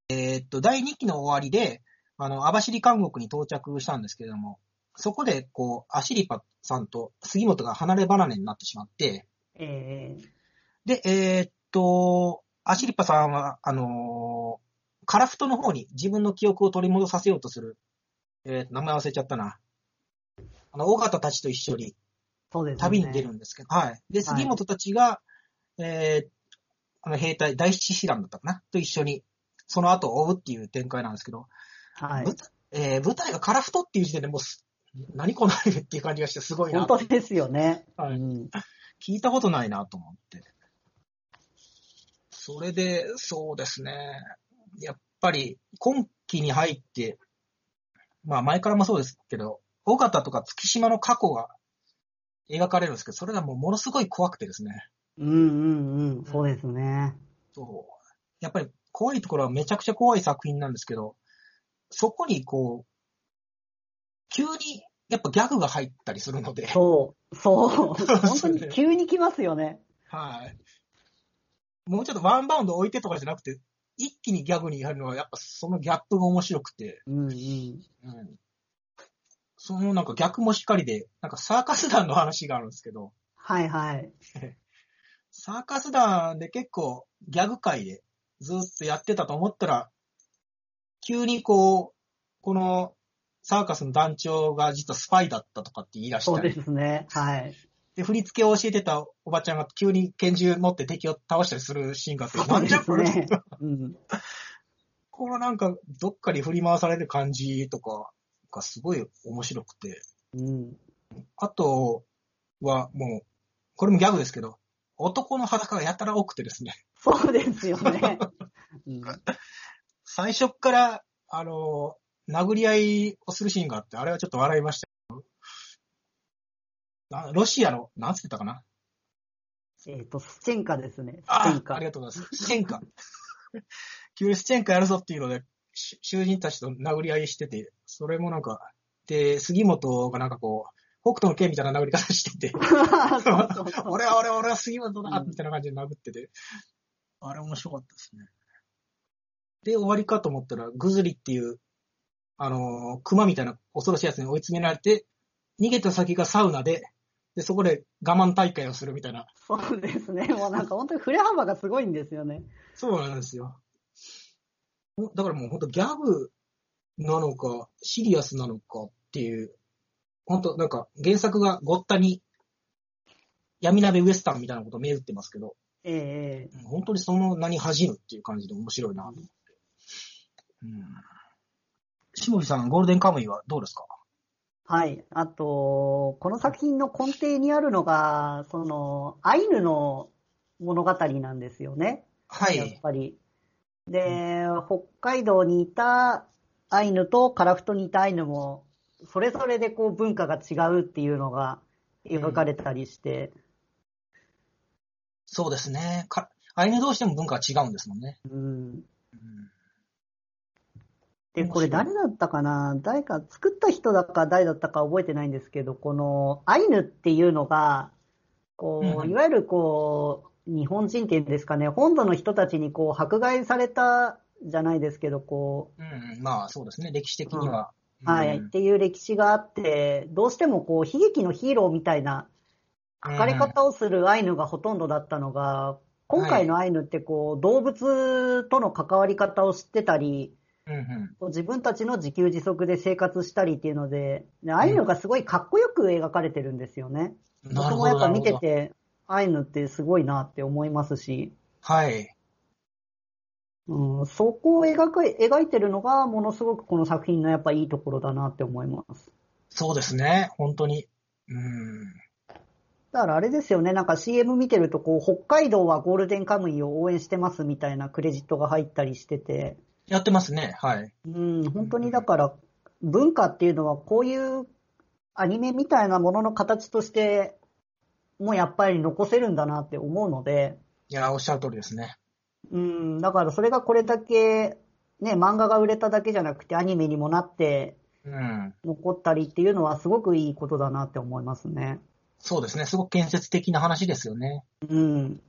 えーっと、第2期の終わりで、あの、網走監獄に到着したんですけれども、そこで、こう、アシリパさんと杉本が離れ離れになってしまって、えー、で、えーっと、アシリパさんは、あのーカラフトの方に自分の記憶を取り戻させようとする、えーっと、名前忘れちゃったな。あの、尾形たちと一緒に、そうですね。旅に出る。んですけど、はい。で、杉本たちが、えーあの兵隊、第七師団だったかなと一緒に、その後を追うっていう展開なんですけど、はい。舞台えー舞台がカラフトっていう時点でもうす、何このアニメっていう感じがしてすごいな本。当ですよね。はいうん。聞いたことないなと思って。それで、そうですね。やっぱり、今期に入って、まあ前からもそうですけど、尾形とか月島の過去が描かれるんですけど、それがもうものすごい怖くてですね。うんうんうん。そうですね。そう。やっぱり怖いところはめちゃくちゃ怖い作品なんですけど、そこにこう、急にやっぱギャグが入ったりするので、そう。そう。そう本当に急に来ますよね。はい。もうちょっとワンバウンド置いてとかじゃなくて、一気にギャグにやるのはやっぱそのギャップが面白くて、うんううん。ん。そのなんか逆もしっかりで、なんかサーカス団の話があるんですけど、はいはい。サーカス団で結構ギャグ界でずっとやってたと思ったら、急にこう、このサーカスの団長が実はスパイだったとかって言い出しそたうでり、すね。はい。で、振り付けを教えてたおばちゃんが急に拳銃持って敵を倒したりするシーンがあって、そなうんでじゃこすれ、ね。うん。このなんかどっかに振り回される感じとかがすごい面白くて、うん。あとはもう、これもギャグですけど、男の裸がやたら多くてですね、そうですよね。うん。最初っから、あの、殴り合いをするシーンがあって、あれはちょっと笑いましたけど。なロシアの、なんつってたかなえっと、スチェンカですね。スチェああ、ンあカり。がとうございます。スチェンカ。急にスチェンカやるぞっていうので、し囚人たちと殴り合いしてて、それもなんか、で、杉本がなんかこう、北斗の剣みたいな殴り方してて、そうそうそう 俺は俺は俺は杉本だうんみたいな感じで殴ってて、あれ面白かったですね。で、終わりかと思ったら、グズリっていう、あのー熊みたいな恐ろしいやつに追い詰められて、逃げた先がサウナで、で、そこで我慢大会をするみたいな。 そうですね。もうなんか本当に振れ幅がすごいんですよね。そうなんですよ。ほだからもう本当ギャグなのか、シリアスなのかっていう、本当なんか原作がごったに闇鍋ウエスタンみたいなことを銘打ってますけど、ええうん本当にその名に恥じぬっていう感じで面白いなと思って。うん。しもさん、ゴールデンカムイはどうですかはい。あと、この作品の根底にあるのが、その、アイヌの物語なんですよね。はやっ。ぱり。で、北海道にいたアイヌと樺太にいたアイヌも、それぞれでこう文化が違うっていうのが描かれたりして、そうですね。かアイヌ同士でも文化は違うんですもんね。うん。うんで、これ誰だったかな誰か、作った人だか誰だったか覚えてないんですけど、このアイヌっていうのが、こうう、んいわゆるこう、日本人っていうんですかね、本土の人たちにこう、迫害されたじゃないですけど、こう、うんうん、まあそうですね、歴史的には。はい、っていう歴史があって、どうしてもこう、悲劇のヒーローみたいな、書かれ方をするアイヌがほとんどだったのが、今回のアイヌってこう、動物との関わり方を知ってたり、うんうん。こう自分たちの自給自足で生活したりっていうので、でアイヌがすごいかっこよく描かれてるんですよね。なるほ僕もど。やっぱ見てなるほど。て、アイヌってすごいなって思いますし、はい。うん、そこを描く描いてるのが、ものすごくこの作品のやっぱいいところだなって思います。そうですね、本当に。うん。だからあれですよね、なんか CM 見てると、こう、北海道はゴールデンカムイを応援してますみたいなクレジットが入ったりしてて、やってますね、はい。うん、本当にだから、文化っていうのはこういうアニメみたいなものの形として、もうやっぱり残せるんだなって思うので、いや、おっしゃる通りですね。うん、だからそれがこれだけ、ね、漫画が売れただけじゃなくてアニメにもなってうん。残ったりっていうのはすごくいいことだなって思いますね。そうですね、すごく建設的な話ですよね。うん。うん。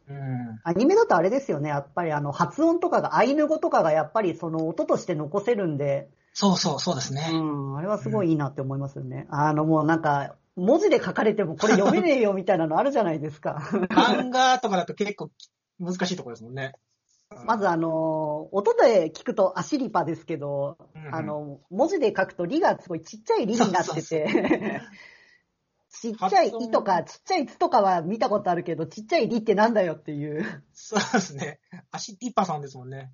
アニメだとあれですよね、やっぱりあの発音とかが、アイヌ語とかがやっぱりその音として残せるんで、そうそう、そうですね。うん、あれはすごいいいなって思いますよね。あの、もうなんか、文字で書かれてもこれ読めねえよみたいなのあるじゃないですか。漫画とかだと結構き難しいところですもんね。 まずあの、音で聞くとアシリパですけど、うんうんあの、文字で書くとリがすごいちっちゃいリになってそうて、ちっちゃいイとか、ちっちゃいツとかは見たことあるけど、ちっちゃいリってなんだよっていう。そうですね。足ティッパさんですもんね。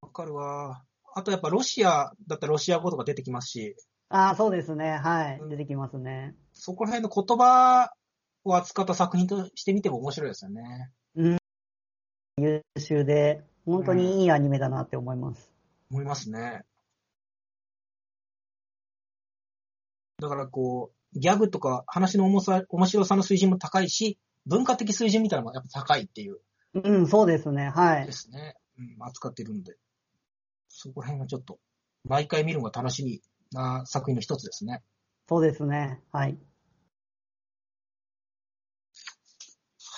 わかるわ。あとやっぱロシアだったらロシア語とか出てきますし、ああ、そうですね。はいうん。出てきますね。そこら辺の言葉を扱った作品としてみても面白いですよね。優秀で、本当にいいアニメだなって思います。思いますね。だからこう、ギャグとか話の重さ、面白さの水準も高いし、文化的水準みたいなのもやっぱ高いっていううん、そうですね。はいで。すね。うん、扱ってるんで。そこら辺はちょっと、毎回見るのが楽しみな作品の一つですね。そうですね。はい。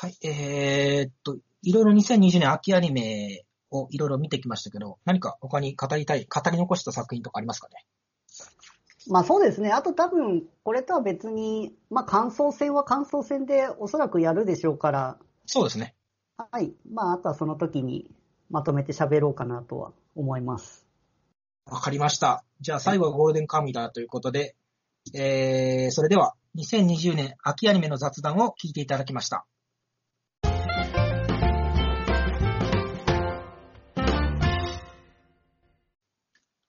はい、えーっと、いろいろ2020年秋アニメをいろいろ見てきましたけど、何か他に語りたい、語り残した作品とかありますかねまあそうですね。あと多分、これとは別に、まあ感想戦は感想戦でおそらくやるでしょうから、そうですね。はい。まああとはその時にまとめて喋ろうかなとは思います。わかりました。じゃあ最後はゴールデンカムイだということで、えー、それでは2020年秋アニメの雑談を聞いていただきました。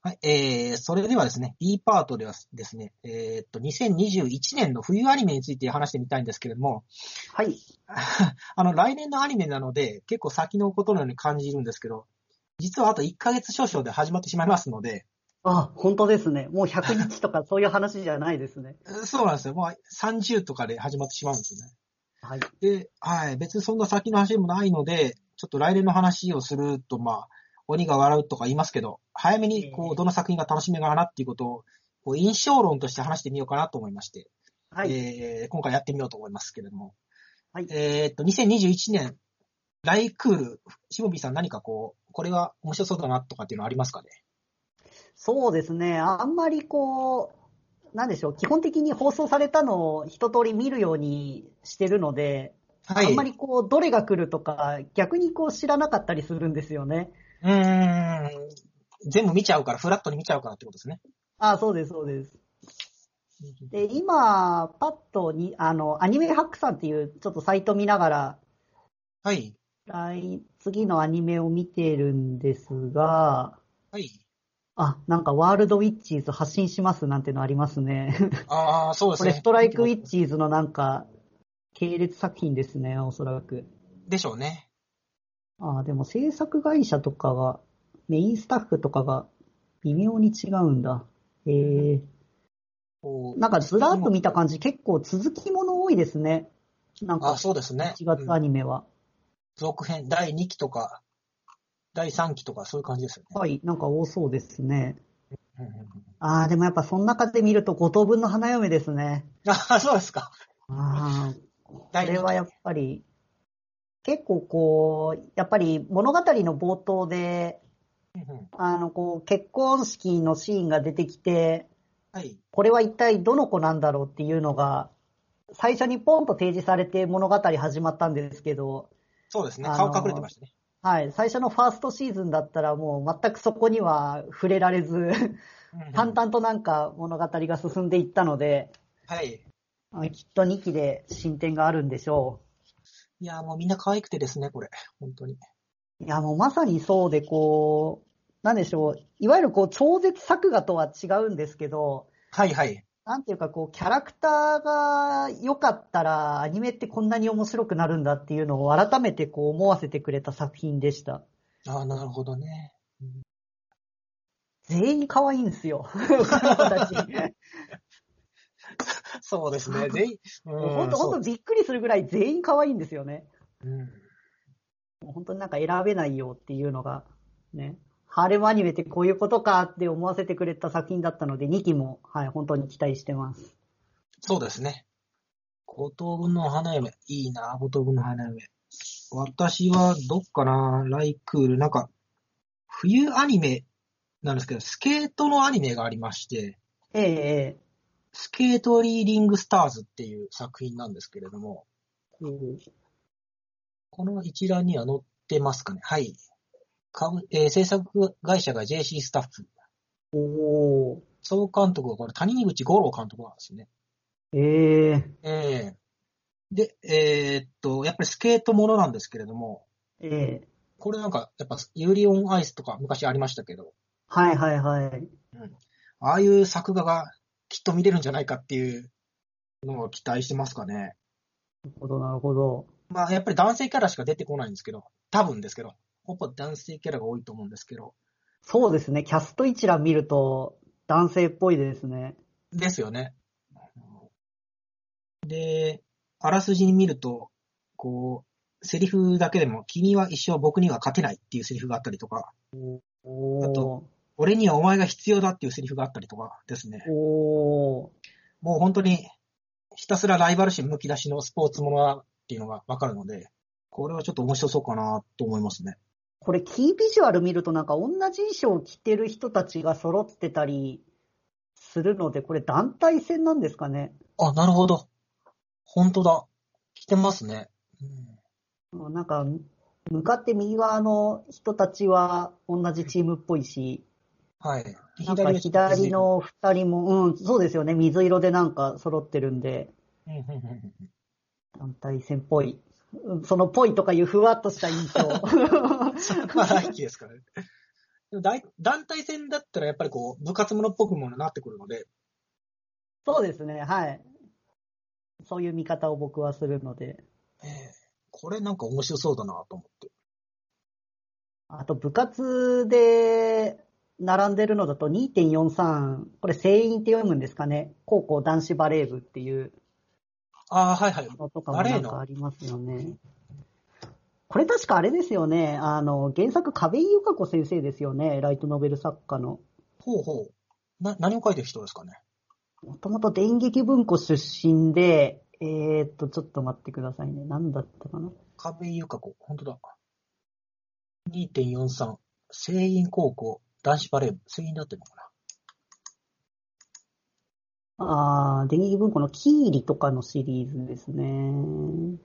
はい、えー、それではですね、B パートではですね、えーっと、2021年の冬アニメについて話してみたいんですけれども、はい。あの、来年のアニメなので、結構先のことのように感じるんですけど、実はあと1ヶ月少々で始まってしまいますので、あ、本当ですね。もう100日とかそういう話じゃないです ね。そうなんですよ。もう30とかで始まってしまうんですよね。はい。で、はい。別にそんな先の話もないので、ちょっと来年の話をすると、まあ、鬼が笑うとか言いますけど、早めに、こえう、えどの作品が楽しみかなっていうことを、こう、印象論として話してみようかなと思いまして、はい。えー今回やってみようと思いますけれども。はいえーっと、2021年、ライクール、しぼびさん何かこう、これは面白そうだなとかっていうのありますかねそうですね。あんまりこう、なんでしょう。基本的に放送されたのを一通り見るようにしてるので、はい。あんまりこう、どれが来るとか、逆にこう知らなかったりするんですよね。うーん。全部見ちゃうから、フラットに見ちゃうからってことですね。ああ、そうです、そうです。で、今、パッとに、あの、アニメハックさんっていう、ちょっとサイト見ながら、はい。来、次のアニメを見てるんですが、はい。あ、なんか、ワールドウィッチーズ発信しますなんてのありますね。ああ、そうでこすれ、ね。ストライクウィッチーズのなんか、系列作品ですね、おそらく。でしょうね。ああ、でも制作会社とかが、メインスタッフとかが微妙に違うんだ。えー、こうなんかずらっと見た感じ、結構続きもの多いですね。なんあか、そうですね。 1月アうんニメは。続編、第2期とか、第3期とかそういう感じですよね。はい、なんか多そうですね。うんうんうんああ、でもやっぱその中で見ると5等分の花嫁ですね。あ、そうですか。ああ、第これはやっぱり、結構こう、やっぱり物語の冒頭で、うんうんあの、こう、結婚式のシーンが出てきて、はい。これは一体どの子なんだろうっていうのが、最初にポンと提示されて物語始まったんですけど、そうですね。あの顔隠れてましたね。はい、最初のファーストシーズンだったらもう全くそこには触れられず、うんうん淡々となんか物語が進んでいったので、はい。あきっと2期で進展があるんでしょいやー、もうみんな可愛くてですね、これ。本当に。う。いや、もうまさにそうで、こう、なんでしょう、いわゆるこう、超絶作画とは違うんですけど、はいはい。なんていうかこう、キャラクターが良かったら、アニメってこんなに面白くなるんだっていうのを改めてこう思わせてくれた作品でした。ああ、なるほどね。全員可愛いんですよ。他の子たち。そうですね。全員。もう本本当、本当びっくりするぐらい全員可愛いんですよね。うん。もう本当になんか選べないよっていうのが、ね。ハーレムアニメってこういうことかって思わせてくれた作品だったので、2期も、はい、本当に期待してます。そうですね。五等分の花嫁。いいな、五等分の花嫁。私はどっかな、ライクール。なんか、冬アニメなんですけど、スケートのアニメがありまして、ええ、ええ。スケートリーディングスターズっていう作品なんですけれども、この一覧には載ってますかね。はい。かぶえー制作会社が JC スタッフ。おお総監督はこれ谷口五郎監督なんですね。ーえええ、えで、えーっと、やっぱりスケートものなんですけれども、ええ。これなんか、やっぱユーリオンアイスとか昔ありましたけど、はいはいはい。ああいう作画がきっと見れるんじゃないかっていうのを期待してますかね。なるほど、なるほど。まあ、やっぱり男性キャラしか出てこないんですけど、多分ですけど、ほぼ男性キャラが多いと思うんですけど、そうですね、キャスト一覧見ると、男性っぽいですね。ですよね。で、あらすじに見ると、こう、セリフだけでも、君は一生僕には勝てないっていうセリフがあったりとか、おあお俺にはお前が必要だっていうセリフがあったりとかですね。おおもう本当に、ひたすらライバル心むき出しのスポーツものだっていうのがわかるので、これはちょっと面白そうかなと思いますね。これ、キービジュアル見ると、なんか同じ衣装を着てる人たちが揃ってたりするので、これ、団体戦なんですかね。あ、なるほど。本当だ。来てますね。うんうんなんか、向かって右側の人たちは同じチームっぽいし、はい。なんか左。の二人も、うん、そうですよね、水色でなんか揃ってるんで、うんうんうんうん団体戦っぽい。うんそのぽいとかいうふわっとした印象。 まあ、来期ですからね。でも大団体戦だったらやっぱりこう、部活ものっぽくものになってくるので、そうですね、はい。そういう見方を僕はするので。えーこれなんか面白そうだなと思って。あと部活で並んでるのだと2.43、これ成員って読むんですかね。高校男子バレー部っていうああ、はいはい。のとかもバレーなのんかありますよね。これ確かあれですよね。あの、原作壁井由香子先生ですよね。ライトノベル作家の。ほうほう。な、何を書いてる人ですかね。もともと電撃文庫出身で、えー、っと、ちょっと待ってくださいね。なんだったかな。壁井由香子。本当だ。2.43。成員高校。男子バレー部。成員だってるのかああ、電撃文庫のキーリとかのシリーズですね。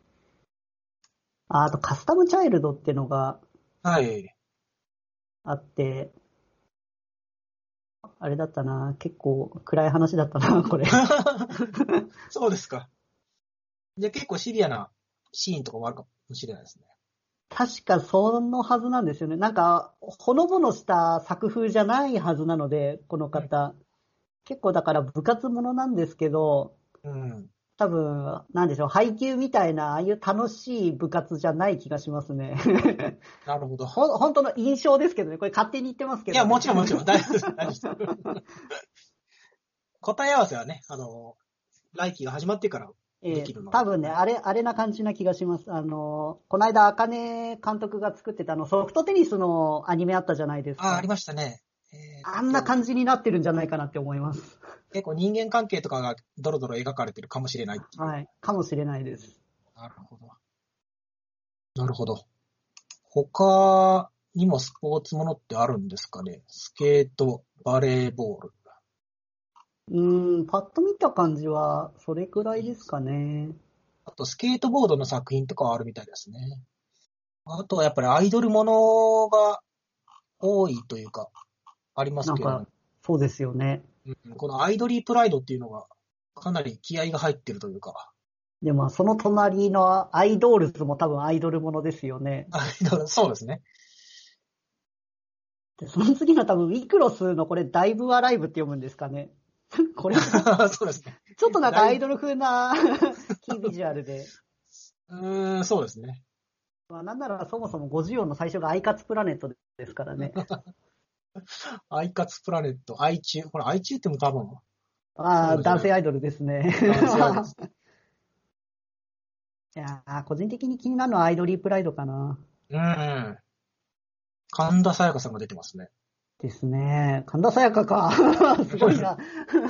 ああと、カスタムチャイルドってのがな。はい。あって、あれだったな、結構暗い話だったな、 これ。 そうですか。じゃあ結構シビアなシーンとかもあるかもしれないですね。確かそのはずなんですよね。なんか、ほのぼのした作風じゃないはずなので、この方。結構だから部活ものなんですけど、うん。多分、なんでしょう、配給みたいな、ああいう楽しい部活じゃない気がしますね。なるほど。ほん本当の印象ですけどね、これ勝手に言ってますけいど、や、もちろんもちろん。ん。大丈夫です。大丈夫です答え合わせはね、あの、来期が始まってからえできるーの多分ね、あれ、あれな感じな気がします。あの、この間、あかね監督が作ってたあの、ソフトテニスのアニメあったじゃないですあ、あかり。ましたね。えーあんな感じになってるんじゃないかなって思います。結構人間関係とかがドロドロ描かれてるかもしれないっていう。はい。かもしれないです。なるほど。なるほど。他にもスポーツものってあるんですかねスケート、バレーボール。うーん、パッと見た感じは、それくらいですかね。あとスケートボードの作品とかはあるみたいですね。あとはやっぱりアイドルものが多いというか、ありますけなんどか、そうですよね。うんこのアイドリープライドっていうのがかなり気合が入ってるというか、でも、その隣のアイドールズも多分アイドルものですよね。アイドル、そうですね。 で、その次の多分、ウィクロスのこれ、ダイブアライブって読むんですかね。 これ、ちそうですね。ょっとなんかアイドル風 なキービジュアルで。うーん、そうですね。まあ、なんならそもそも50音の最初がアイカツプラネットですから ね。アイカツプラネット、アイチュー。これアイチューっても多分、あそうあ、ですね男性アイドルですね。男性 いやー個人的に気になるのはアイドリープライドかな。うん。神田沙也加さんが出てますね。ですね。神田沙也 加か。すごいな。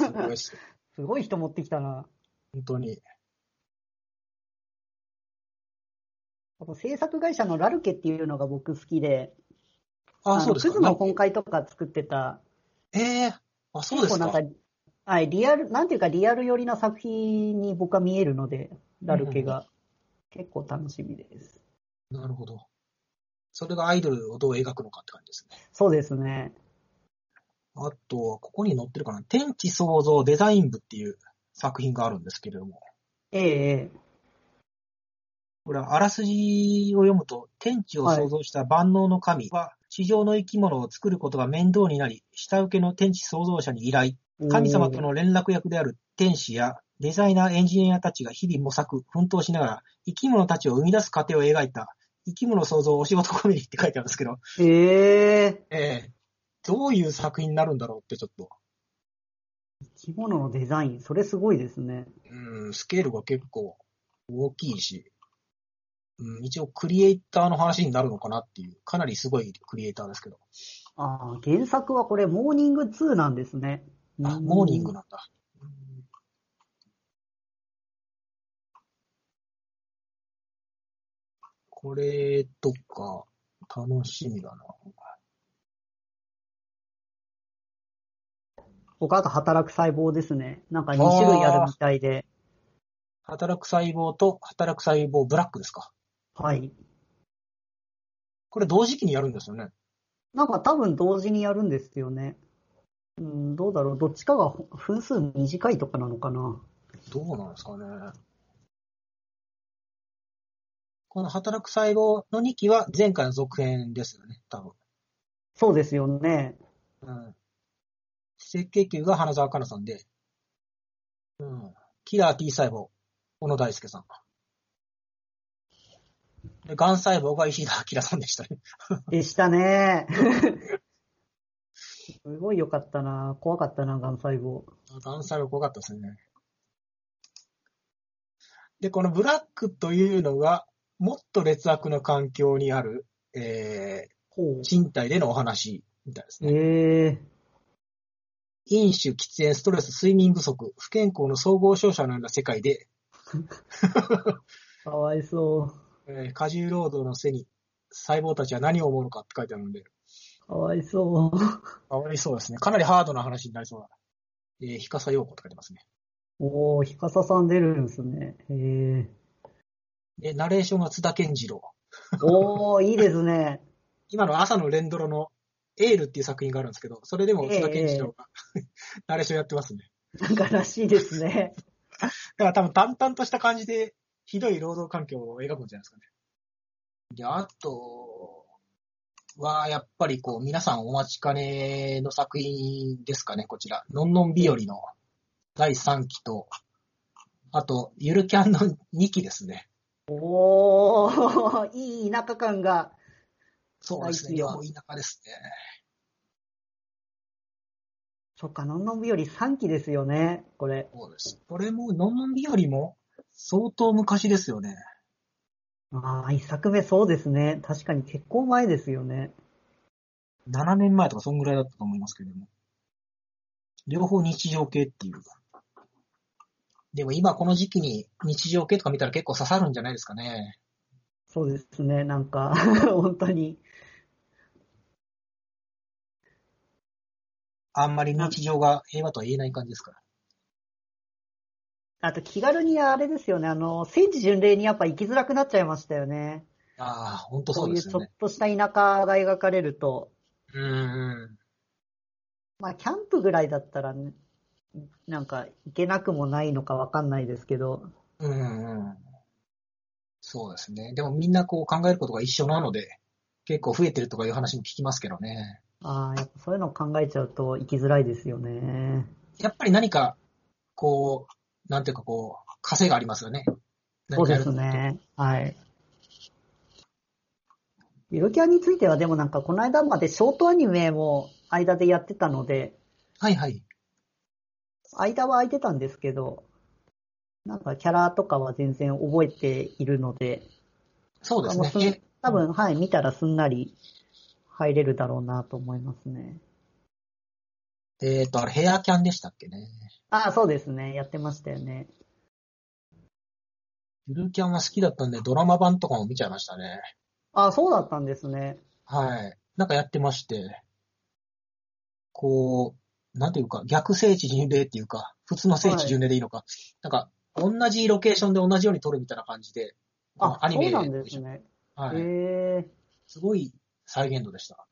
すごいです。すごい人持ってきたな。本当に。この制作会社のラルケっていうのが僕好きで、あ、のそうですクズか。の今回とか作ってた、ええあ、そうです結構かな。んか、はい、リアル、なんていうかリアル寄りな作品に僕は見えるので、ラルケが結構楽しみです。なるほど。それがアイドルをどう描くのかって感じですね。そうですね。あとは、ここに載ってるかな。天地創造デザイン部っていう作品があるんですけれども。ええええ、これはあらすじを読むと、天地を創造した万能の神は、地上の生き物を作ることが面倒になり、下請けの天地創造者に依頼。神様との連絡役である天使やデザイナーエンジニアたちが日々模索、奮闘しながら、生き物たちを生み出す過程を描いた、生き物創造お仕事コメディって書いてあるんですけど、ええええどういう作品になるんだろうってちょっと、生き物のデザイン、それすごいですね。うん、スケールが結構大きいし、うん、一応クリエイターの話になるのかなっていう、かなりすごいクリエイターですけど。ああ、原作はこれ、モーニング2なんですね。あ、うんモーニングなんだ。これとか、楽しみだな。他あと働く細胞ですね。なんか2種類あるみたいで。働く細胞と働く細胞ブラックですか。はい。これ同時期にやるんですよね。なんか多分同時にやるんですよね。うん、どうだろう。どっちかが分数短いとかなのかな。どうなんですかね。この働く細胞の2期は前回の続編ですよね、多分。そうですよね。うん。赤血球が花澤香菜さんで、うん。キラー T 細胞、小野大輔さん。で、癌細胞が石田明さんでしたね。でした ね。すごい良かったな。怖かったな、癌細胞。癌細胞怖かったですね。で、このブラックというのが、もっと劣悪な環境にある、えほー、賃貸でのお話みたいですう。ね。ええ飲酒、喫煙、ストレス、睡眠不足、不健康の総合商社のような世界で、かわいそえー過重労働のせに、細胞たちは何を思うのかって書いてあるので、う。かわいそう。かわいそうですね。かなりハードな話になりそうだ。えー、ひかさようこって書いてますね。おお、ひかささん出るんですね。へえ。で、ナレーションが津田健次郎。おお、いいですね。今の朝の連ドラのエールっていう作品があるんですけど、それでも津田健次郎が、 ナレーションやってますね。なんからしいですね。だから多分淡々とした感じで、ひどい労働環境を描くんじゃないですかね。で、あとは、やっぱりこう、皆さんお待ちかねの作品ですかね、こちら。のんのん日和の第3期と、あと、ゆるキャンの2期ですね。おお、いい田舎感が。そうですね。第一両は方田舎ですね。そっか、のんのん日和3期ですよね、これ。そうです。これも、のんのん日和も、相当昔ですよね。ああ、一作目そうですね。確かに結構前ですよね。 7年前とかそんぐらいだったと思いますけれども。両方日常系っていうか。でも今この時期に日常系とか見たら結構刺さるんじゃないですかね。そうですね。なんか 本当に。あんまり日常が平和とは言えない感じですから。あと気軽にあれですよね。あの、聖地巡礼にやっぱ行きづらくなっちゃいましたよね。ああ、本当そそうういでうすちょよっね。とした田舎が描かれると、うんうん。まあ、キャンプぐらいだったらね、なんか行けなくもないのかわかんないですけど、うんうん。そうですね。でもみんなこう考えることが一緒なので、結構増えてるとかいう話も聞きますけどね。ああ、やっぱそういうのを考えちゃうと行きづらいですよね。やっぱり何か、こう、なんていうかこう、稼がありますよね。そうで何すかやる。ね。はい。ゆるキャンについてはでもなんかこの間までショートアニメも間でやってたので、はいはい。間は空いてたんですけど、なんかキャラとかは全然覚えているので、そうあもうですすね。多分、はい、見たらすんなり入れるだろうなと思いますね。えっ、と、あれヘアキャンでしたっけね。ああ、そうですね。やってましたよね。ゆるキャンは好きだったんで、ドラマ版とかも見ちゃいましたね。ああ、そうだったんですね。はい。なんかやってまして、こう、なんていうか、逆聖地巡礼っていうか、普通の聖地巡礼でいいのか、なんか、同じロケーションで同じように撮るみたいな感じで、あ、アニメそうなんですね。はへい。えすごい再現度でした。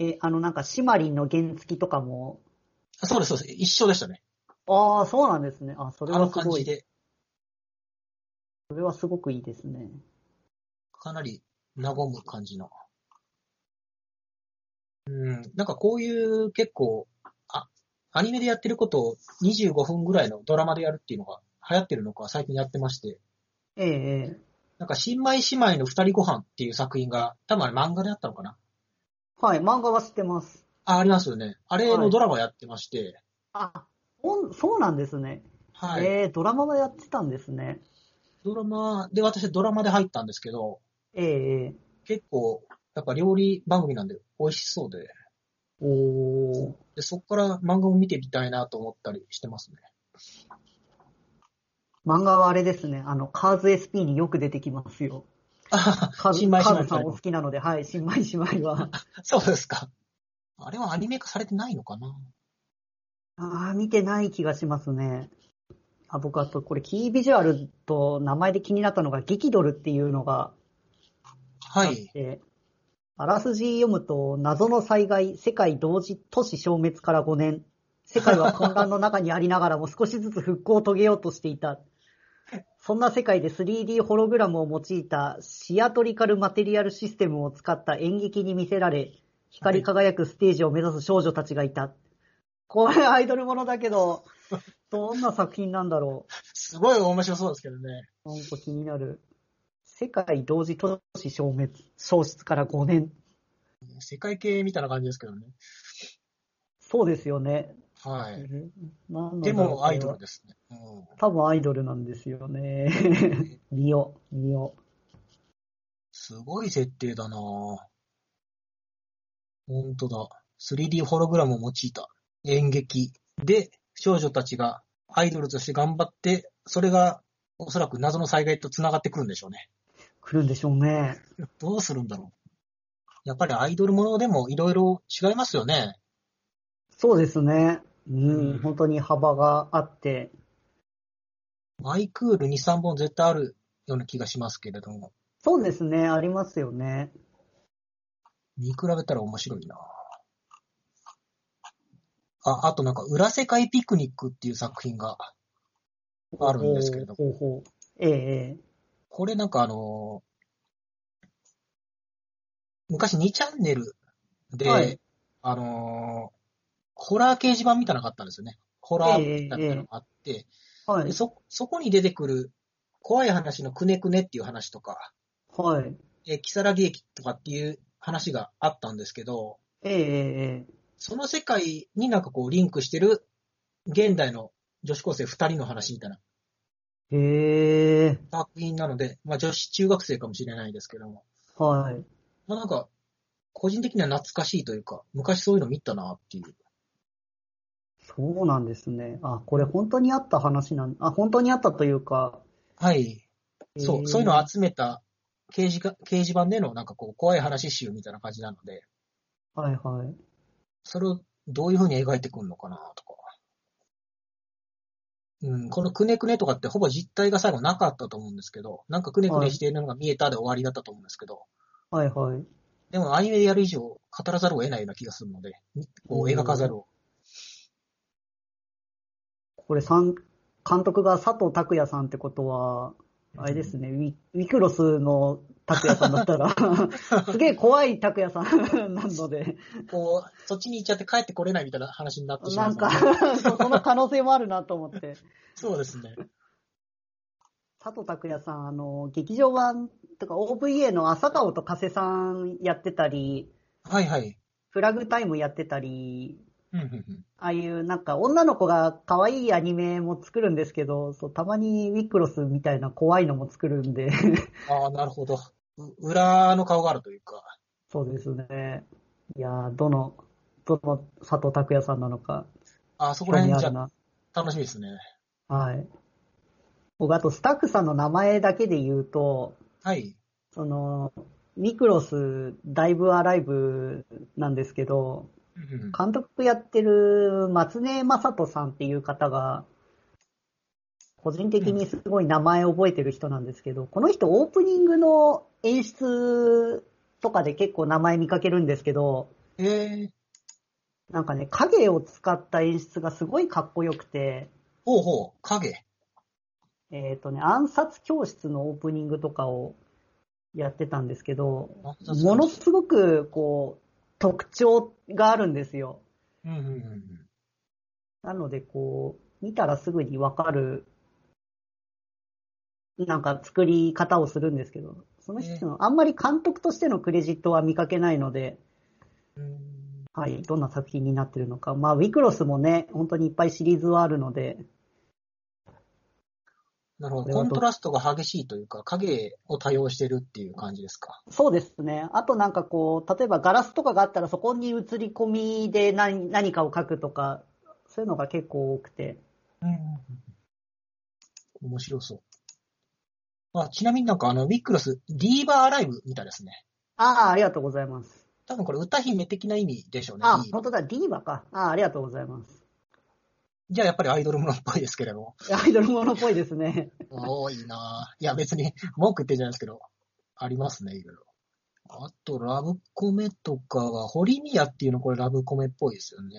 え、あの、なんか、シマリンの原付とかも、あそうです、そうです。一緒でしたね。ああ、そうなんですね。あ、それあはのす感ごじい。で、それはすごくいいですね。かなり和む感じの。うん、なんかこういう結構、あ、アニメでやってることを25分ぐらいのドラマでやるっていうのが流行ってるのか最近やってまして、ええええなんか新米姉妹の二人ご飯っていう作品が、多分あれ漫画であったのかなはい、漫画は知ってます。あ、ありますよね。あれはのいドラマやってまして、あ、ほんそうなんですね。はい。ええドラマはやってたんですね。ドラマで、私ドラマで入ったんですけど、ええええ結構、やっぱ料理番組なんで美味しそうで、おー。でそこから漫画を見てみたいなと思ったりしてますね。漫画はあれですね。あの、カーズ SP によく出てきますよ。あカーズ新米姉カー妹ズさんお好きなので、はい、新米姉妹は。 そうですか。あれはアニメ化されてないのかなああ、見てない気がしますね。あ、僕あと、これ、キービジュアルと名前で気になったのが、激ドルっていうのがはあっい。て、あらすじ読むと、謎の災害、世界同時都市消滅から5年、世界は混乱の中にありながらも少しずつ復興を遂げようとしていた。そんな世界で 3D ホログラムを用いたシアトリカルマテリアルシステムを使った演劇に魅せられ、光り輝くステージを目指す少女たちがいた。これアイドルものだけど、どんな作品なんだろすごい面白そうですけどね。う。なんか気になる。世界同時都市消滅、消失から5年。世界系みたいな感じですけどね。そうですよね。はい。なのでもアイドルで。ですね。うん多分アイドルなんですよね。リオ、リオ。すごい設定だなぁ。ほんとだ。3D ホログラムを用いた演劇で少女たちがアイドルとして頑張って、それがおそらく謎の災害と繋がってくるんでしょうね。来るんでしょうね。どうするんだろう。やっぱりアイドルものでもいろいろ違いますよね。そうですね。ううんん、本当に幅があって。マイクール2、3本絶対あるような気がしますけれども、そうですね、ありますよね。見比べたら面白いなあ、あとなんか、裏世界ピクニックっていう作品があるんですけれども、ほうほう。ええええこれなんかあのー昔2チャンネルで、はいあのーホラー掲示板みたいなのがあったんですよね。ホラーみたいなのがあって、はいで。そ、そこに出てくる怖い話のくねくねっていう話とか、はい。えー、木更木駅とかっていう話があったんですけど、ええええええその世界になんかこうリンクしてる現代の女子高生二人の話みたいなへえ。作品なので、まあ女子中学生かもしれないですけども、はい。まあなんか、個人的には懐かしいというか、昔そういうの見たなっていう。そうなんですね。あ、これ本当にあった話なん、あ、本当にあったというか。はい。そへーう、そういうのを集めた掲示か掲示板でのなんかこう、怖い話集みたいな感じなので、はいはい。それをどういうふうに描いてくるのかなとか。うん、このくねくねとかってほぼ実態が最後なかったと思うんですけど、なんかくねくねしているのが見えたで終わりだったと思うんですけど、はいはい。でもアニメでやる以上語らざるを得ないような気がするので、こう描かざるを。これ三、監督が佐藤拓也さんってことは、あれですね、ウィウィクロスの拓也さんだったら、すげえ怖い拓也さん なので、こう、そっちに行っちゃって帰ってこれないみたいな話になってしまなうんのでか、そこの可能性もあるなと思って。そうですね。佐藤拓也さん、あの、劇場版とか OVA の朝顔と加瀬さんやってたり、はいはい。フラグタイムやってたり、うんうんうん。ああいうなんか女の子が可愛いアニメも作るんですけど、そうたまにウィックロスみたいな怖いのも作るんで、ああ、なるほど。う裏の顔があるというか。そうですね。いやーどの、どの佐藤拓也さんなのか、ああそこ興ら味辺あじゃるな。楽しみですね。はい。僕、あとスタッフさんの名前だけで言うと、はい。その、ミクロス、ダイブアライブなんですけど、うんうん監督やってる松根正人さんっていう方が、個人的にすごい名前覚えてる人なんですけど、この人オープニングの演出とかで結構名前見かけるんですけど、ええなんかね、影を使った演出がすごいかっこよくて、ほうほう、影。えっ、とね、暗殺教室のオープニングとかをやってたんですけど、もものすごくこう、特徴があるんですよ。うんうんうんうん。なので、こう、見たらすぐにわかる、なんか作り方をするんですけど、その人の、あんまり監督としてのクレジットは見かけないので、うんはい、どんな作品になってるのか。まあ、ウィクロスもね、本当にいっぱいシリーズはあるので、なるほど。これはコどントラストが激しいというか、影を多用してるっていう感じですか。そうですね。あとなんかこう、例えばガラスとかがあったらそこに映り込みで何何かを書くとか、そういうのが結構多くて。うんうんうん。面白そう。あ、ちなみになんかあの、ウィックロス、ディーバーアライブみたいですね。ああ、ありがとうございます。多分これ歌姫的な意味でしょうね。あディーバ本当だ、ディーバか。ああ、ありがとうございます。じゃあやっぱりアイドルものっぽいですけれども。アイドルものっぽいですね。 多いなぁ。いや別に文句言ってんじゃないですけど、ありますね、いろいろ。あと、ラブコメとかは、堀宮っていうのこれラブコメっぽいですよね。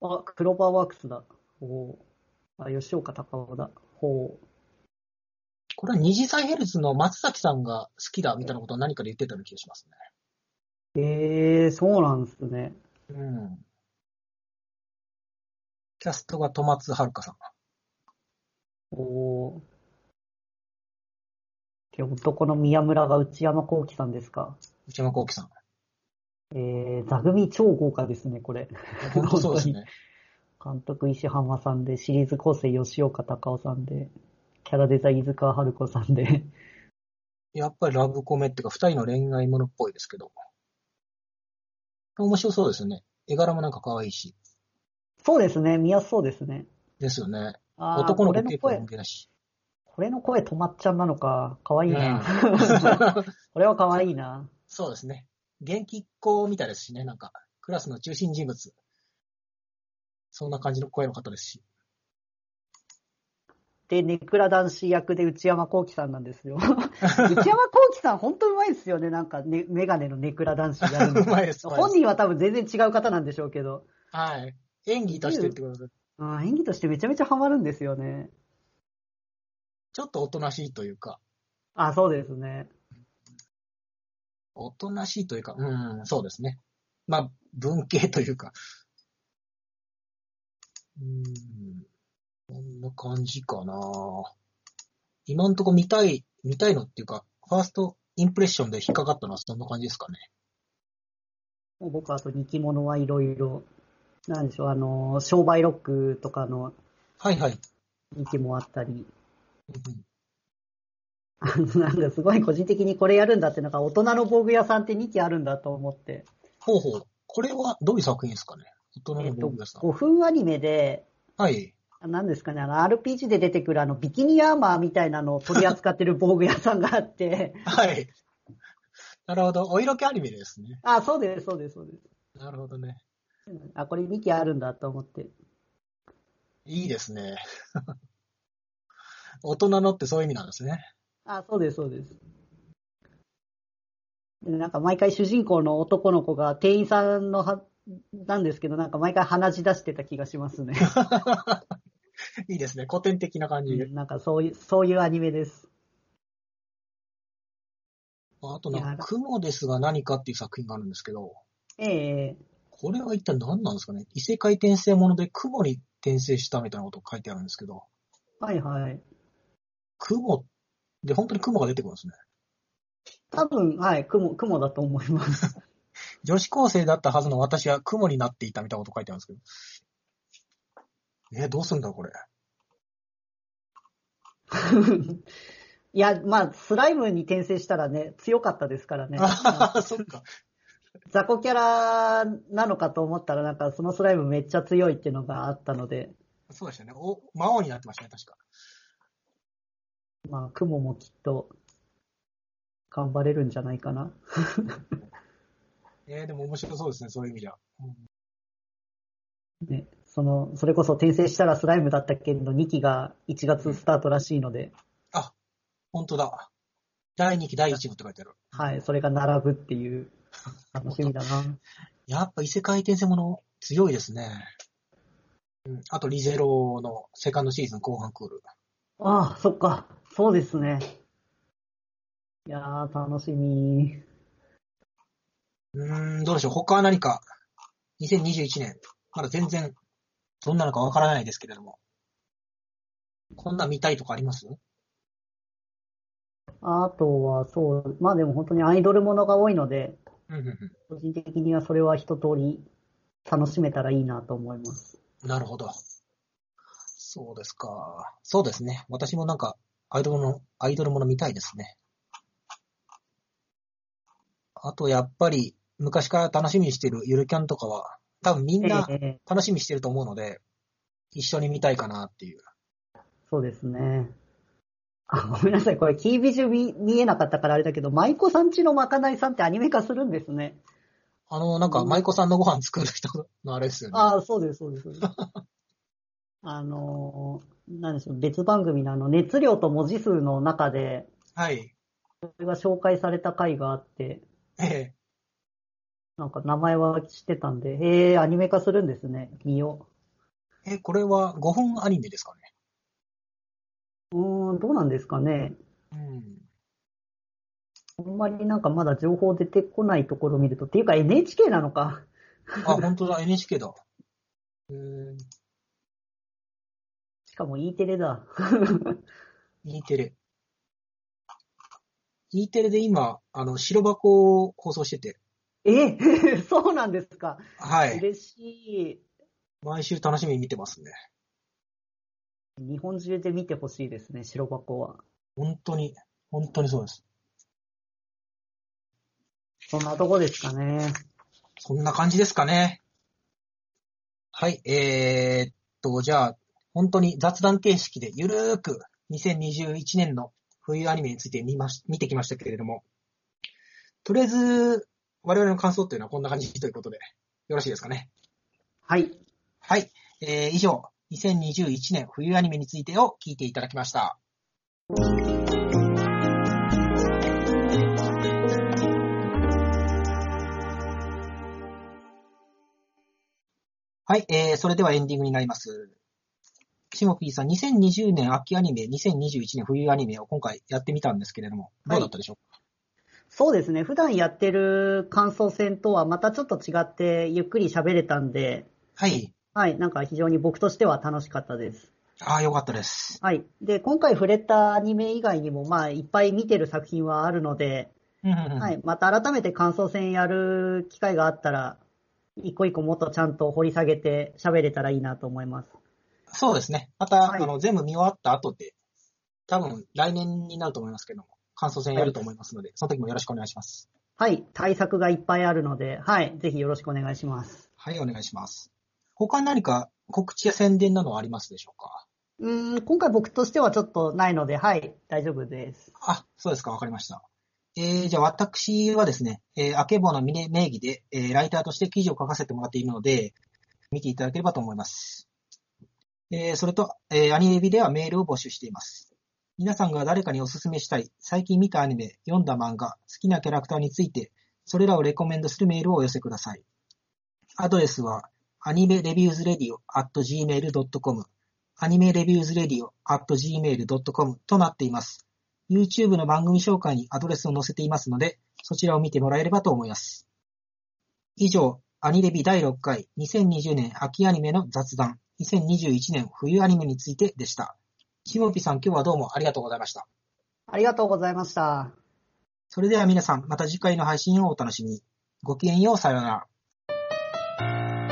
あ、クローバーワークスだ。おあ、吉岡隆夫だ。ほう。これは二次再ヘルツの松崎さんが好きだみたいなことを何かで言ってたような気がしますええそうなんですね。ね。うん。キャストが戸松遥香さん。おで、男の宮村が内山幸輝さんですか。内山幸輝さん。ええ座組超豪華ですね、これ。本当そうですね。監督石浜さんで、シリーズ構成吉岡隆夫さんで、キャラデザ飯塚春子さんで。やっぱりラブコメっていうか、二人の恋愛ものっぽいですけど。面白そうですよね。絵柄もなんか可愛いし。 そうですね、見やすそうですね。ですよね。あー男のこれ子の結構声人、気だし。これの声止まっちゃんなのか。かわいいな。うん これはかわいいな。そうですね。元気っ子みたいですしね、なんか。クラスの中心人物。そんな感じの声の方です し。で、ネクラ男子役で内山幸輝さんなんで すよ。内山幸輝さん、本当うまいですよね。なんか、ね、メガネのネクラ男子 やるのう。まいです。うまい本です人は多分全然違う方なんでしょうけど、はい。演技としてってことで、うん、演技としてめちゃめちゃハマるんですよね。ちょっとおとなしいというか、あ、そうですね。おとなしいというか、うん、そうですね。まあ、文系というか。うん、こんな感じかな今んとこ見たい、見たいのっていうか、ファーストインプレッションで引っかかったのはそんな感じですかね。もう僕はあと人気者はいろいろ、なんでしょう、あの、商売ロックとかのはいはい。息もあったり、 うんあのなんかすごい個人的にこれやるんだってのが、大人の防具屋さんって2期あるんだと思って、ほうほう。これはどういう作品ですかね大人えのっボと、ブさん。 5分アニメで、はい。なんですかね、あの RPG で出てくるあのビキニアーマーみたいなのを取り扱ってる防具屋さんがあって、はい。なるほど。お色気アニメですね。あ、そうです、そうです、そうです。なるほどね。あ、これ2期あるんだと思って。いいですね。 大人のってそういう意味なんですね。 あ、そうです、そうです。でなんか毎回主人公の男の子が店員さんのは、なんですけど、なんか毎回鼻血出してた気がしますね。いいですね。古典的な感じで。なんかそういう、そういうアニメです。あとなんやか、だ雲ですが何かっていう作品があるんですけど、ええこれは一体何なんですかね異世界転生もので雲に転生したみたいなこと書いてあるんですけど、はいはい。雲で本当に雲が出てくるんですね。多分、はい、雲、雲だと思います。 女子高生だったはずの私は雲になっていたみたいなこと書いてあるんですけど。えー、どうすんだこれ。いや、まあ、スライムに転生したらね、強かったですからね。ああ、 そっか。雑魚キャラなのかと思ったら、なんかそのスライムめっちゃ強いっていうのがあったので、そうでしたね。お、魔王になってましたね、確か。まあ、雲もきっと、頑張れるんじゃないかな。えー、でも面白そうですね、そういう意味じゃ。ね。その、それこそ転生したらスライムだったけど、2期が1月スタートらしいので、本当だ。第2期第1部って書いてある。はい、それが並ぶっていう、楽しみだな。やっぱ異世界転生もの強いですね。うん。あと、リゼロのセカンドシーズン後半クール。ああ、そっか。そうですね。いやー、楽しみ。うーん、どうでしょう。他は何か、2021年、まだ全然、どんなのかわからないですけれども。こんなん見たいとかありますあとは、そう、まあでも本当にアイドルものが多いので、うんうんう個人的にはそれは一通り楽しめたらいいなと思います。ん。なるほど。そうですか。そうですね。私もなんか、アイドルもの、アイドルもの見たいですね。あと、やっぱり、昔から楽しみにしてるゆるキャンとかは、多分みんなええ楽しみにしてると思うので、一緒に見たいかなっていう。そうですね。あ、ごめんなさい。これ、キービジュ見見えなかったからあれだけど、舞妓さんちのまかないさんってアニメ化するんですね。あの、なんか、舞妓さんのご飯作る人のあれですよね。ああ、そうです、そうです。そうですあのー、なんでしょう、別番組のあの、熱量と文字数の中で、はい。これが紹介された回があって、ええ。なんか名前は知ってたんで、へえ、アニメ化するんですね。見よえ、これは5分アニメですかね。う。うーん、どうなんですかね。うん。あんまりなんかまだ情報出てこないところを見ると、っていうか NHK なのか。あ、本当だ、NHK だ。うーん、しかも E テレだ。 E テレ。E テレで今、あの、白箱を放送してて、え そうなんですか。はい。嬉しい。毎週楽しみに見てますね。日本中で見てほしいですね、白箱は。本当に、本当にそうです。そんなとこですかね。そんな感じですかね。はい、えー、っと、じゃあ、本当に雑談形式でゆるーく2021年の冬アニメについて見まし、見てきましたけれども、とりあえず、我々の感想というのはこんな感じということで、よろしいですかね。はい。はい、えー、以上、2021年冬アニメについてを聞いていただきました。はい、えー、それではエンディングになります。しもぴーさん、2020年秋アニメ、2021年冬アニメを今回やってみたんですけれども、どうだったでしょうか、そうですね、普段やってる感想戦とはまたちょっと違って、ゆっくり喋れたんで、はい、はい、なんか非常に僕としては楽しかったです。ああ、よかったです。はい。で、今回触れたアニメ以外にも、まあ、いっぱい見てる作品はあるので、うんうんうんはい。また改めて感想戦やる機会があったら、一個一個もっとちゃんと掘り下げて喋れたらいいなと思います。そうですね。また、はいあの、全部見終わった後で、多分来年になると思いますけども、感想戦やると思いますので、その時もよろしくお願いします。はい、対策がいっぱいあるので、はい、ぜひよろしくお願いします。はい、お願いします。他に何か告知や宣伝などはありますでしょうかうーん、今回僕としてはちょっとないので、はい、大丈夫です。あ、そうですか、わかりました。えー、じゃあ私はですね、えー、あけぼの名義で、えー、ライターとして記事を書かせてもらっているので、見ていただければと思います。えー、それと、えー、アニメビではメールを募集しています。皆さんが誰かにおすすめしたい、最近見たアニメ、読んだ漫画、好きなキャラクターについて、それらをレコメンドするメールをお寄せください。アドレスは、アニメレビューズレディオ at gmail.com、アニメレビューズレディオ at gmail.com となっています。YouTube の番組紹介にアドレスを載せていますので、そちらを見てもらえればと思います。以上、アニレビ第6回2020年秋アニメの雑談、2021年冬アニメについてでした。しもぴさん、今日はどうもありがとうございました。ありがとうございました。それでは皆さん、また次回の配信をお楽しみに。ごきげんよう、さようなら。